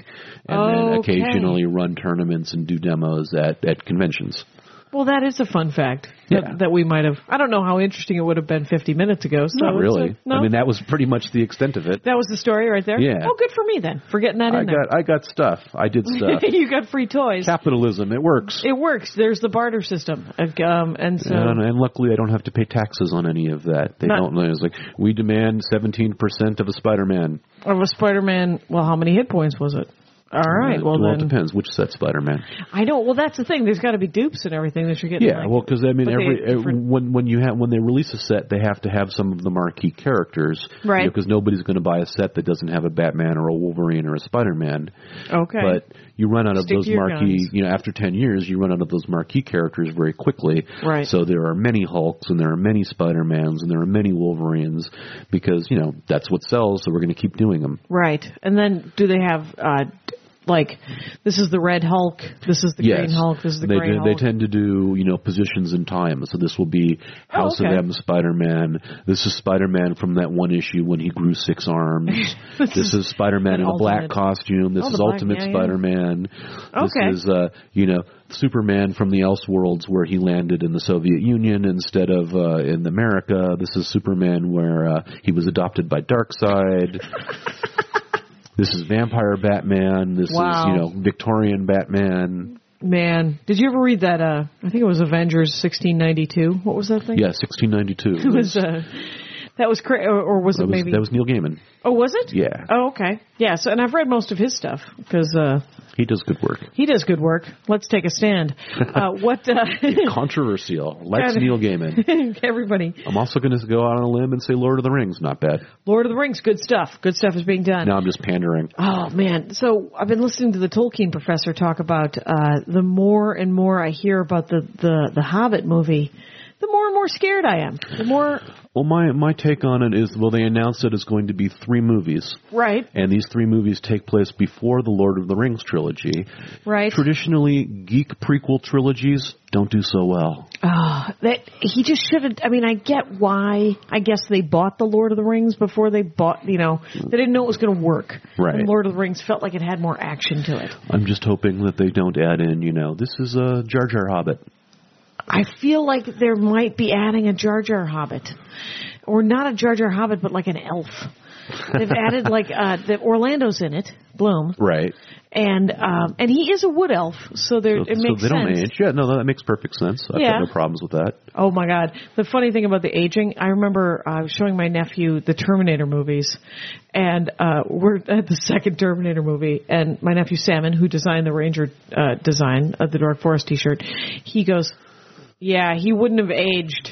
[SPEAKER 3] and then
[SPEAKER 2] Okay.
[SPEAKER 3] occasionally run tournaments and do demos at at conventions.
[SPEAKER 2] Well, that is a fun fact
[SPEAKER 3] Yeah.
[SPEAKER 2] that, that we might have. I don't know how interesting it would have been 50 minutes ago. So
[SPEAKER 3] Not
[SPEAKER 2] it's
[SPEAKER 3] really.
[SPEAKER 2] a- no?
[SPEAKER 3] I mean, that was pretty much the extent of it.
[SPEAKER 2] That was the story right there.
[SPEAKER 3] Yeah.
[SPEAKER 2] Oh, good for me then for getting that
[SPEAKER 3] I
[SPEAKER 2] in there.
[SPEAKER 3] got I got uh, stuff. I did stuff.
[SPEAKER 2] you got free toys.
[SPEAKER 3] Capitalism, it works.
[SPEAKER 2] It works. There's the barter system, um, and so
[SPEAKER 3] And, and luckily, I don't have to pay taxes on any of that. They
[SPEAKER 2] Not-
[SPEAKER 3] don't. It's like we demand seventeen percent of a Spider-Man.
[SPEAKER 2] of a Spider-Man. Well, how many hit points was it? All right. Well,
[SPEAKER 3] well, it
[SPEAKER 2] then
[SPEAKER 3] depends which set Spider-Man.
[SPEAKER 2] I know. Well, that's the thing. There's got to be dupes and everything that you're getting.
[SPEAKER 3] Yeah,
[SPEAKER 2] like-
[SPEAKER 3] well, because I
[SPEAKER 2] but
[SPEAKER 3] mean,
[SPEAKER 2] they
[SPEAKER 3] every uh,
[SPEAKER 2] have
[SPEAKER 3] every-
[SPEAKER 2] different-
[SPEAKER 3] when when you have when they release a set, they have to have some of the marquee characters,
[SPEAKER 2] Right.
[SPEAKER 3] Because nobody's going to buy a set that doesn't have a Batman or a Wolverine or a Spider-Man.
[SPEAKER 2] okay.
[SPEAKER 3] But you run out of
[SPEAKER 2] Stick
[SPEAKER 3] those
[SPEAKER 2] to your
[SPEAKER 3] marquee,
[SPEAKER 2] guns.
[SPEAKER 3] you know, after 10 years, you run out of those marquee characters very quickly.
[SPEAKER 2] Right.
[SPEAKER 3] So there are many Hulks and there are many Spider-Mans and there are many Wolverines because, you know, that's what sells, so we're going to keep doing them.
[SPEAKER 2] right. And then do they have uh, like this is the Red Hulk, this is the Green Hulk, this is the
[SPEAKER 3] they,
[SPEAKER 2] Gray
[SPEAKER 3] do-
[SPEAKER 2] Hulk. Oh,
[SPEAKER 3] they tend to do you know positions in time. So this will be House
[SPEAKER 2] okay.
[SPEAKER 3] of M, Spider Man. This is Spider Man from that one issue when he grew six arms. this, is, Spider Man
[SPEAKER 2] an
[SPEAKER 3] in a black
[SPEAKER 2] alternate-
[SPEAKER 3] costume. This
[SPEAKER 2] Oh, the
[SPEAKER 3] is
[SPEAKER 2] black-
[SPEAKER 3] Ultimate
[SPEAKER 2] yeah, yeah.
[SPEAKER 3] Spider Man.
[SPEAKER 2] Okay.
[SPEAKER 3] This is uh, you know Superman from the Elseworlds where he landed in the Soviet Union instead of uh, in America. This is Superman where uh, he was adopted by Darkseid. This is vampire Batman. This
[SPEAKER 2] Wow.
[SPEAKER 3] is you know Victorian Batman.
[SPEAKER 2] Man, did you ever read that? Uh, I think it was Avengers 1692. What was that thing?
[SPEAKER 3] Yeah, 1692.
[SPEAKER 2] It was. Uh, that was cra- or, or was it
[SPEAKER 3] that, was,
[SPEAKER 2] maybe?
[SPEAKER 3] that was Neil Gaiman.
[SPEAKER 2] oh, was it?
[SPEAKER 3] Yeah.
[SPEAKER 2] Oh, okay. Yeah. So, and I've read most of his stuff because uh,
[SPEAKER 3] He does good work.
[SPEAKER 2] he does good work. Let's take a stand. Uh, what? Uh,
[SPEAKER 3] Controversial, likes
[SPEAKER 2] God.
[SPEAKER 3] Neil Gaiman.
[SPEAKER 2] everybody.
[SPEAKER 3] I'm also going to go out on a limb and say Lord of the Rings. Not bad.
[SPEAKER 2] Lord of the Rings. Good stuff. Good stuff is being done.
[SPEAKER 3] Now I'm just pandering.
[SPEAKER 2] Oh man! So I've been listening to the Tolkien professor talk about uh, the more and more I hear about the the the Hobbit movie, the more and more scared I am. The more
[SPEAKER 3] Well, my my take on it is well, they announced that it's going to be three movies,
[SPEAKER 2] right,
[SPEAKER 3] and these three movies take place before the Lord of the Rings trilogy.
[SPEAKER 2] right.
[SPEAKER 3] Traditionally, geek prequel trilogies don't do so well.
[SPEAKER 2] Oh, that he just should have. I mean, I get why. I guess they bought the Lord of the Rings before they bought. You know, they didn't know it was going to work.
[SPEAKER 3] Right.
[SPEAKER 2] And Lord of the Rings felt like it had more action to it.
[SPEAKER 3] I'm just hoping that they don't add in, you know, this is a Jar Jar Hobbit.
[SPEAKER 2] I feel like there might be adding a Jar Jar Hobbit, or not a Jar Jar Hobbit, but like an elf. They've added like uh, the Orlando's in it, Bloom,
[SPEAKER 3] Right.
[SPEAKER 2] and um, and he is a wood elf, so there
[SPEAKER 3] So,
[SPEAKER 2] it
[SPEAKER 3] so
[SPEAKER 2] makes
[SPEAKER 3] they don't
[SPEAKER 2] sense.
[SPEAKER 3] age. Yeah, no, that makes perfect sense. I've
[SPEAKER 2] Yeah.
[SPEAKER 3] got no problems with that.
[SPEAKER 2] Oh my God! The funny thing about the aging, I remember uh, I was showing my nephew the Terminator movies, and uh, we're at the second Terminator movie, and my nephew Salmon, who designed the Ranger uh, design of the Dark Forest T-shirt, he goes, "Yeah, he wouldn't have aged."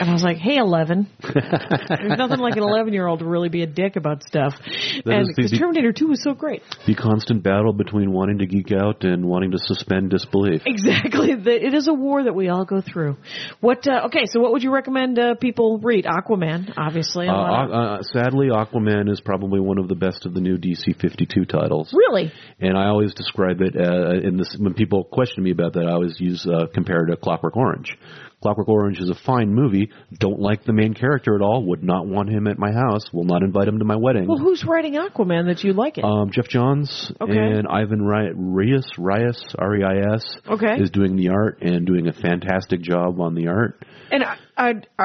[SPEAKER 2] And I was like, "Hey, eleven, there's nothing like an eleven-year-old to really be a dick about stuff." and
[SPEAKER 3] is the-
[SPEAKER 2] because Terminator Two was so great.
[SPEAKER 3] The constant battle between wanting to geek out and wanting to suspend disbelief.
[SPEAKER 2] Exactly. The- It is a war that we all go through. What? Uh, okay, so what would you recommend uh, people read? Aquaman, obviously.
[SPEAKER 3] Uh,
[SPEAKER 2] A lot of-
[SPEAKER 3] uh, sadly, Aquaman is probably one of the best of the new DC 52 titles.
[SPEAKER 2] really?
[SPEAKER 3] And I always describe it uh, in this when people question me about that. I always use uh, compare it to Clockwork Orange. Clockwork Orange is a fine movie. Don't like the main character at all. Would not want him at my house. Will not invite him to my wedding.
[SPEAKER 2] Well, who's writing Aquaman that you like it?
[SPEAKER 3] Um, Jeff Johns
[SPEAKER 2] Okay.
[SPEAKER 3] and Ivan Ry- Reyes, Reyes, R E I S,
[SPEAKER 2] Okay.
[SPEAKER 3] is doing the art and doing a fantastic job on the art.
[SPEAKER 2] and I, I, I,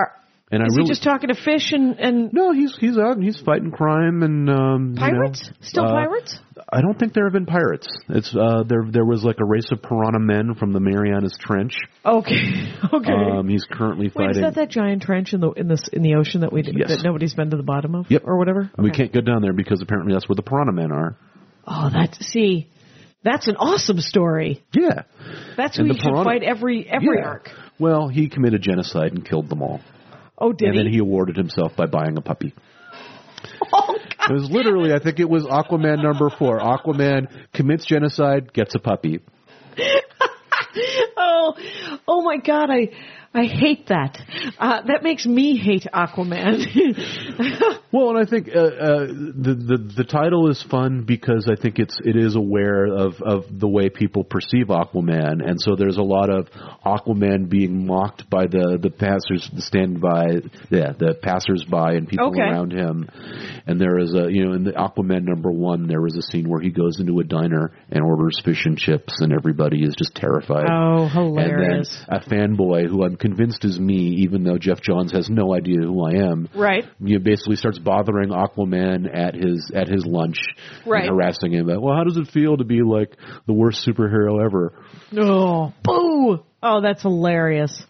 [SPEAKER 3] And
[SPEAKER 2] is
[SPEAKER 3] I really
[SPEAKER 2] he just talking to fish and and
[SPEAKER 3] no, he's he's out and he's fighting crime and um, you know,
[SPEAKER 2] pirates? Still
[SPEAKER 3] uh,
[SPEAKER 2] pirates?
[SPEAKER 3] I don't think there have been pirates. It's uh, there there was like a race of piranha men from the Marianas Trench.
[SPEAKER 2] Okay. Okay.
[SPEAKER 3] Um, he's currently
[SPEAKER 2] Wait, is
[SPEAKER 3] fighting.
[SPEAKER 2] that that giant trench in the in this in the ocean that we
[SPEAKER 3] Yes.
[SPEAKER 2] that nobody's been to the bottom of?
[SPEAKER 3] Yep.
[SPEAKER 2] Or whatever.
[SPEAKER 3] We
[SPEAKER 2] Okay.
[SPEAKER 3] can't go down there because apparently that's where the piranha men are.
[SPEAKER 2] Oh, that's see. That's an awesome story.
[SPEAKER 3] Yeah.
[SPEAKER 2] That's who
[SPEAKER 3] And
[SPEAKER 2] you
[SPEAKER 3] the
[SPEAKER 2] should
[SPEAKER 3] piranha-
[SPEAKER 2] fight every every
[SPEAKER 3] Yeah.
[SPEAKER 2] arc.
[SPEAKER 3] Well, he committed genocide and killed them all.
[SPEAKER 2] Oh, did
[SPEAKER 3] and
[SPEAKER 2] he?
[SPEAKER 3] then he awarded himself by buying a puppy. It was literally, I think it was Aquaman number four. Aquaman commits genocide, gets a puppy.
[SPEAKER 2] Oh, oh my God! I I hate that. Uh, that makes me hate Aquaman.
[SPEAKER 3] Well, and I think uh, uh, the, the the title is fun because I think it's it is aware of of the way people perceive Aquaman, and so there's a lot of Aquaman being mocked by the the passers the stand by yeah the passersby and people
[SPEAKER 2] Okay.
[SPEAKER 3] around him, and there is a you know in the Aquaman number one there was a scene where he goes into a diner and orders fish and chips, and everybody is just terrified.
[SPEAKER 2] oh,
[SPEAKER 3] And then
[SPEAKER 2] hilarious!
[SPEAKER 3] a fanboy who I'm convinced is me, even though Jeff Johns has no idea who I am
[SPEAKER 2] right?
[SPEAKER 3] you know, basically starts bothering Aquaman at his at his lunch
[SPEAKER 2] Right.
[SPEAKER 3] and harassing him. Well, how does it feel to be like the worst superhero ever?
[SPEAKER 2] Oh, boo! Oh, that's hilarious.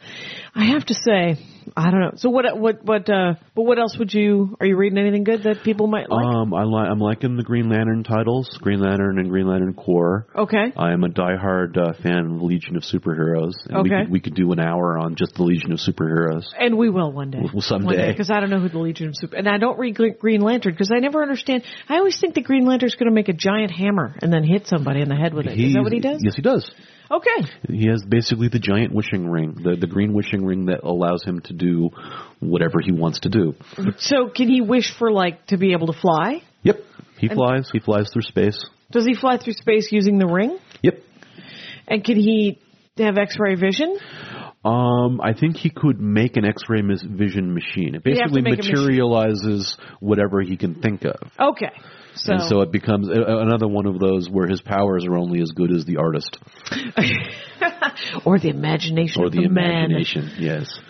[SPEAKER 2] I have to say, I don't know. So what? What? What? Uh, but what else would you? Are you reading anything good that people might like?
[SPEAKER 3] Um, I li- I'm liking the Green Lantern titles, Green Lantern and Green Lantern Corps.
[SPEAKER 2] okay.
[SPEAKER 3] I am a diehard uh, fan of the Legion of Superheroes, and we,
[SPEAKER 2] Okay.
[SPEAKER 3] could, we could do an hour on just the Legion of Superheroes.
[SPEAKER 2] And we will one day.
[SPEAKER 3] Well, someday.
[SPEAKER 2] Because I don't know who the Legion of Super. And I don't read Gre- Green Lantern because I never understand. I always think the Green Lantern's going to make a giant hammer and then hit somebody in the head with it. Is
[SPEAKER 3] He's-
[SPEAKER 2] that what he does?
[SPEAKER 3] Yes, he does.
[SPEAKER 2] Okay.
[SPEAKER 3] He has basically the giant wishing ring, the the green wishing ring that allows him to do whatever he wants to do.
[SPEAKER 2] So can he wish for like to be able to fly?
[SPEAKER 3] Yep, he flies. He flies through space.
[SPEAKER 2] Does he fly through space using the ring?
[SPEAKER 3] Yep,
[SPEAKER 2] And can he have X-ray vision?
[SPEAKER 3] Um, I think he could make an X-ray mis- vision machine. It
[SPEAKER 2] He'd have to
[SPEAKER 3] basically
[SPEAKER 2] make a machine.
[SPEAKER 3] materializes whatever he can think of,
[SPEAKER 2] Okay. So,
[SPEAKER 3] and so it becomes a- a- another one of those where his powers are only as good as the artist
[SPEAKER 2] or the imagination
[SPEAKER 3] or
[SPEAKER 2] of
[SPEAKER 3] the,
[SPEAKER 2] the,
[SPEAKER 3] imagination. Yes,
[SPEAKER 2] man.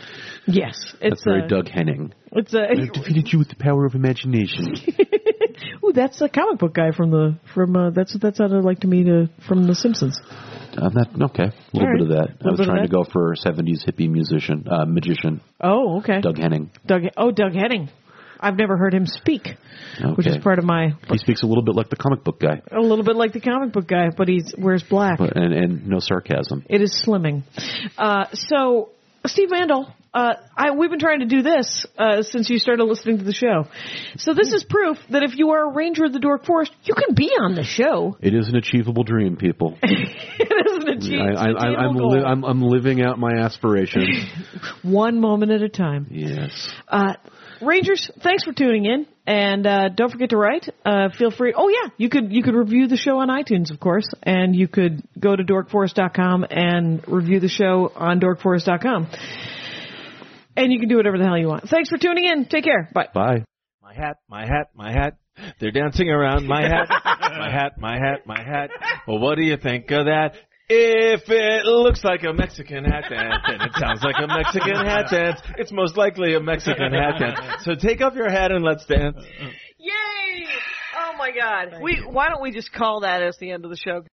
[SPEAKER 2] Yes, it's
[SPEAKER 3] that's very
[SPEAKER 2] a,
[SPEAKER 3] Doug Henning.
[SPEAKER 2] It's a
[SPEAKER 3] I've defeated you with the power of imagination.
[SPEAKER 2] Ooh, that's the comic book guy from the from uh, that's what that sounded like to me to from The Simpsons.
[SPEAKER 3] I'm not okay. A little
[SPEAKER 2] All right.
[SPEAKER 3] bit of that. I
[SPEAKER 2] Little
[SPEAKER 3] was
[SPEAKER 2] bit of
[SPEAKER 3] trying to
[SPEAKER 2] that.
[SPEAKER 3] go for 70s hippie musician, uh, magician
[SPEAKER 2] Oh, okay.
[SPEAKER 3] Doug Henning.
[SPEAKER 2] Doug. Oh, Doug Henning. I've never heard him speak, which
[SPEAKER 3] Okay.
[SPEAKER 2] is part of my
[SPEAKER 3] He speaks a little bit like the comic book guy,
[SPEAKER 2] a little bit like the comic book guy, but he's wears black.
[SPEAKER 3] but and, and no sarcasm.
[SPEAKER 2] It is slimming. Uh, so, Steve Mandel, uh, I, we've been trying to do this uh, since you started listening to the show. So this is proof that if you are a ranger of the Dork Forest, you can be on the show.
[SPEAKER 3] It is an achievable dream, people.
[SPEAKER 2] it is an
[SPEAKER 3] I,
[SPEAKER 2] achieve-
[SPEAKER 3] I, I, I'm,
[SPEAKER 2] achievable
[SPEAKER 3] li-
[SPEAKER 2] goal.
[SPEAKER 3] I'm I'm living out my aspirations.
[SPEAKER 2] one moment at a time.
[SPEAKER 3] yes.
[SPEAKER 2] Uh, Rangers, thanks for tuning in, and uh, don't forget to write. Uh, feel free. Oh yeah, you could you could review the show on iTunes, of course, and you could go to dorkforest.com and review the show on dorkforest.com. And you can do whatever the hell you want. Thanks for tuning in. Take care. Bye.
[SPEAKER 3] Bye.
[SPEAKER 4] My hat, my hat, my hat. They're dancing around my hat, my hat, my hat, my hat. Well, what do you think of that? If it looks like a Mexican hat dance, then it sounds like a Mexican hat dance. It's most likely a Mexican hat dance. So take off your hat and let's dance.
[SPEAKER 2] Yay! Oh my God. we why don't we just call that as the end of the show?